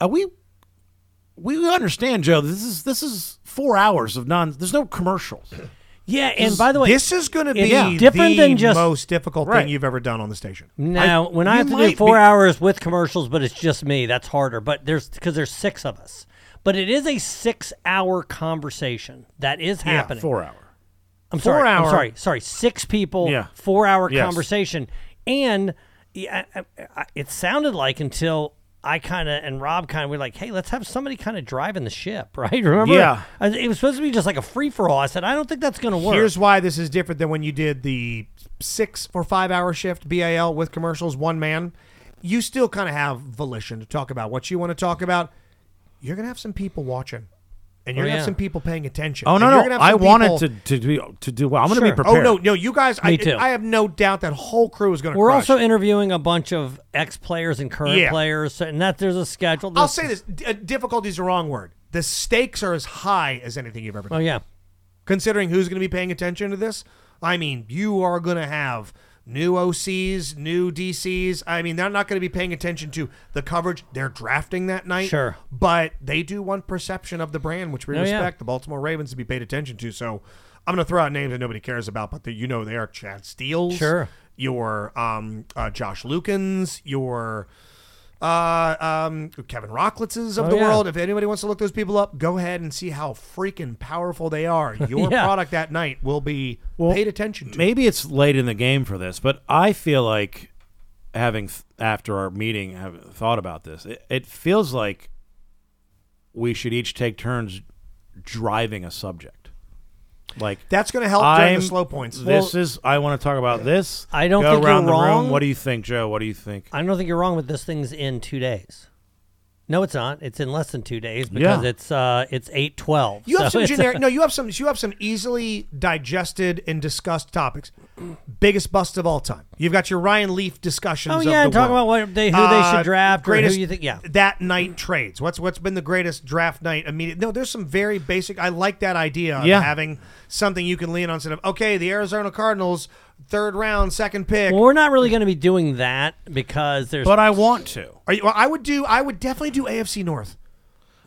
F: Uh, we we understand, Joe. This is this is four hours of non. There's no commercials.
G: Yeah. And by the way,
E: this is going to be
G: Yeah.
E: the
G: different than just-
E: most difficult
F: Right.
E: thing you've ever done on the station.
G: now when
F: you
G: I have to do
F: might
G: four
F: be-
G: hours with commercials, but it's just me, that's harder. But there's because there's six of us. But it is a six-hour conversation that is happening.
F: Four hour.
G: I'm sorry.
E: Four hour-
G: I'm sorry. Sorry. Six people.
F: Yeah.
G: Four hour
F: Yes.
G: conversation, and yeah, I- I- I- it sounded like until I kind of and Rob kind of were like, "Hey, let's have somebody kind of driving the ship, right?" Remember?
F: Yeah.
G: I- It was supposed to be just like a free for all. I said, "I don't think that's going to work."
E: Here's why this is different than when you did the six or five hour shift BAL with commercials, one man. You still kind of have volition to talk about what you want to talk about. You're gonna have some people watching, and you're
G: Oh,
E: gonna
G: yeah.
E: have some people paying attention.
F: Oh no
E: and you're
F: no!
E: gonna have
F: I
E: some people-
F: wanted to to do to do well. I'm going to
G: Sure.
F: be
E: Oh
F: prepared.
E: no no! You guys, I,
G: Me too.
E: I have no doubt that whole crew is gonna.
G: We're
E: crush.
G: also interviewing a bunch of ex players and current
E: Yeah.
G: players, and that there's a schedule.
E: I'll
G: There's-
E: say this: d- uh, difficulty is the wrong word. The stakes are as high as anything you've ever done.
G: Oh yeah.
E: considering who's going to be paying attention to this, I mean, you are going to have new OCs, new DCs. I mean, they're not going to be paying attention to the coverage they're drafting that night.
G: Sure.
E: But they do want perception of the brand, which we
G: Oh, yeah.
E: respect the Baltimore Ravens to be paid attention to. So I'm going to throw out names that nobody cares about, but that you know they are Chad Steele.
G: Sure.
E: Your um, uh, Josh Lukens, your uh, um, Kevin Rocklitz's of
G: Oh,
E: the
G: yeah.
E: world. If anybody wants to look those people up, go ahead and see how freaking powerful they are. Your
G: Yeah.
E: product that night will be paid attention to.
F: Maybe it's late in the game for this, but I feel like having th- after our meeting having thought about this, it, it feels like we should each take turns driving a subject. Like
E: That's going to help during
F: I'm-
E: the slow points.
F: This is I want to talk about this.
G: I don't
F: go
G: think you're
F: around the
G: wrong.
F: room. What do you think, Joe? What do you think?
G: I don't think you're wrong with this thing's in two days. No, it's not. It's in less than two days because
F: Yeah.
G: it's uh, it's eight twelve.
E: You have some generic. no, you have some. You have some easily digested and discussed topics. Biggest bust of all time. You've got your Ryan Leaf discussions.
G: Oh
E: of
G: yeah,
E: the
G: and talking
E: world.
G: about what they who they
E: Uh,
G: should draft or
E: greatest
G: who you think. Yeah,
E: that night trades. What's what's been the greatest draft night? Immediate. No, there's some very basic. I like that idea of
F: Yeah.
E: having something you can lean on. Instead of okay, the Arizona Cardinals third round, second pick.
G: well, we're not really going to be doing that because there's.
F: But I want to.
E: Are you, well, I would do. I would definitely do AFC North.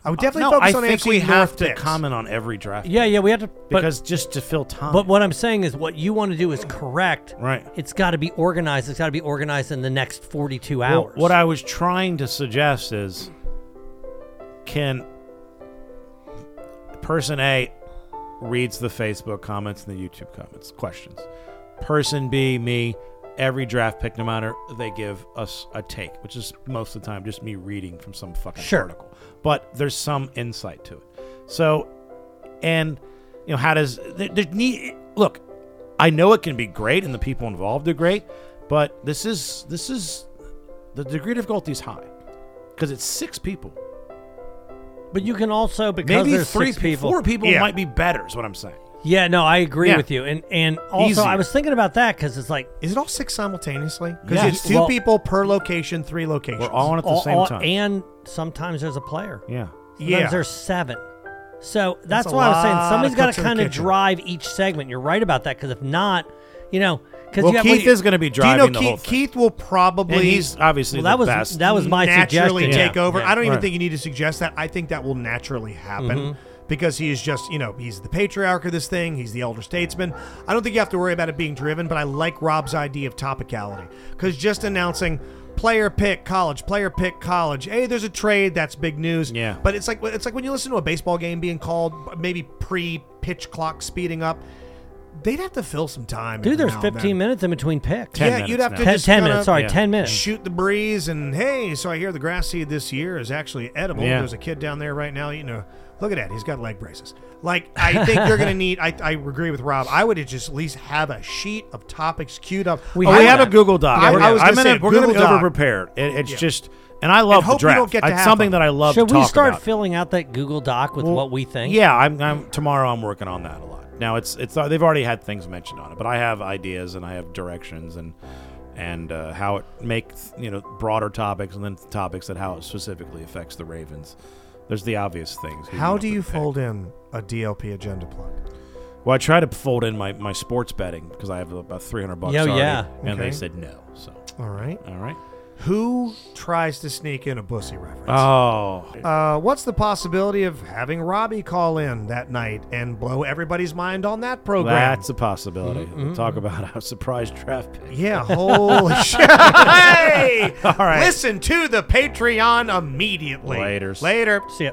E: I would definitely
F: Uh, no,
E: focus
F: I
E: on
F: think
E: AFC
F: we
E: North
F: have to
E: picks.
F: comment on every draft
G: yeah, yeah, we have to. But,
F: because just to fill time.
G: but what I'm saying is, what you want to do is correct.
F: Right.
G: It's got to be organized. It's got to be organized in the next 42
F: Well,
G: hours.
F: What I was trying to suggest is can person A reads the Facebook comments and the YouTube comments, questions. Person B, me, every draft pick, no matter, they give us a take, which is most of the time just me reading from some fucking
G: Sure.
F: article. But there's some insight to it. So, and, you know, how does, there, there need, look, I know it can be great and the people involved are great, but this is, this is, the degree of difficulty is high because it's six people.
G: but you can also because
F: Maybe
G: there's
F: three,
G: six people.
F: four people
E: Yeah.
F: might be better. Is what I'm saying.
G: Yeah, no, I agree
F: Yeah.
G: with you, and and also I
F: Easier.
G: was thinking about that because it's like
E: Is it all six simultaneously? Because
F: Yeah.
E: it's two
G: Well-
E: people per location, three locations.
F: We're all on at the
G: all-
F: same
G: all-
F: time.
G: and sometimes there's a player.
F: yeah.
G: Sometimes
E: Yeah.
G: there's seven. So that's,
E: a
G: why I was
E: lot
G: saying somebody's
E: of
G: got
E: cooks
G: to
E: in the
G: kind of
E: kitchen.
G: drive each segment. You're right about that because if not, you know, because
F: Well,
G: you have
F: Keith is going to be
E: Do you
F: driving
E: know
F: the
E: Keith,
F: whole thing.
E: Keith will probably
F: and he's obviously
G: Well, that
F: the
G: was
F: best.
G: that was my
E: naturally
G: suggestion.
E: take over. I don't even
F: Right. Mm-hmm.
E: think you need to suggest that. I think that will naturally happen because he is just, you know, he's the patriarch of this thing. He's the elder statesman. I don't think you have to worry about it being driven, but I like Rob's idea of topicality because just announcing player pick college, player pick college. Hey, there's a trade. That's big news.
F: Yeah.
E: But it's like it's like when you listen to a baseball game being called, maybe pre pitch clock speeding up. They'd have to fill some time.
G: Dude,
E: every
G: there's
E: now and
G: 15
E: then.
G: minutes in between picks.
F: Ten
E: yeah,
F: minutes
E: you'd have
F: now.
E: to
G: Ten,
E: just
G: 10
E: kinda-
G: minutes. Sorry,
F: Yeah.
G: 10 minutes.
E: shoot the breeze and hey so i hear the grass seed this year is actually edible
F: Yeah.
E: there's a kid down there right now you know look at that he's got leg braces like i think you're gonna need I, I agree with rob i would just at least have a sheet of topics queued up Oh,
G: We
E: I
F: Oh, we
G: Yeah,
F: have
E: would-
F: a Google Doc.
E: I-
F: we're
E: I was
F: I'm
E: gonna
F: gonna-
E: say,
F: we're going to be
E: Google Doc.
F: over prepared. It, it's just, and I love
E: hope
F: the
E: we
F: draft.
E: don't get to
F: it's
E: have
F: something
E: them.
F: that I love.
G: Should
F: to
G: we
F: talk
G: start
F: about.
G: filling out that Google Doc with what we think?
F: Yeah, I'm, I'm tomorrow. I'm working on that a lot. Now it's it's uh, they've already had things mentioned on it, but I have ideas and I have directions and and uh, how it makes you know broader topics and then topics that how it specifically affects the Ravens. There's the obvious things. who
J: How
F: want
J: do
F: to
J: you
F: pick.
J: fold in a DLP agenda plug?
F: Well, I try to fold in my, my sports betting because I have about 300 bucks.
G: Yeah,
F: already,
G: yeah.
F: And they
J: Oh, Okay.
F: said no. So
J: All right.
F: all right.
J: Who tries to sneak in a bussy reference?
F: Oh,
J: Uh, what's the
E: possibility of having robbie call in that night and blow everybody's mind on that program
F: that's a possibility.
J: Mm-hmm,
F: We'll talk about a surprise draft pick.
E: yeah, holy shit. hey!
F: All right.
E: Listen to the Patreon immediately.
F: Laters.
E: Later.
G: See ya.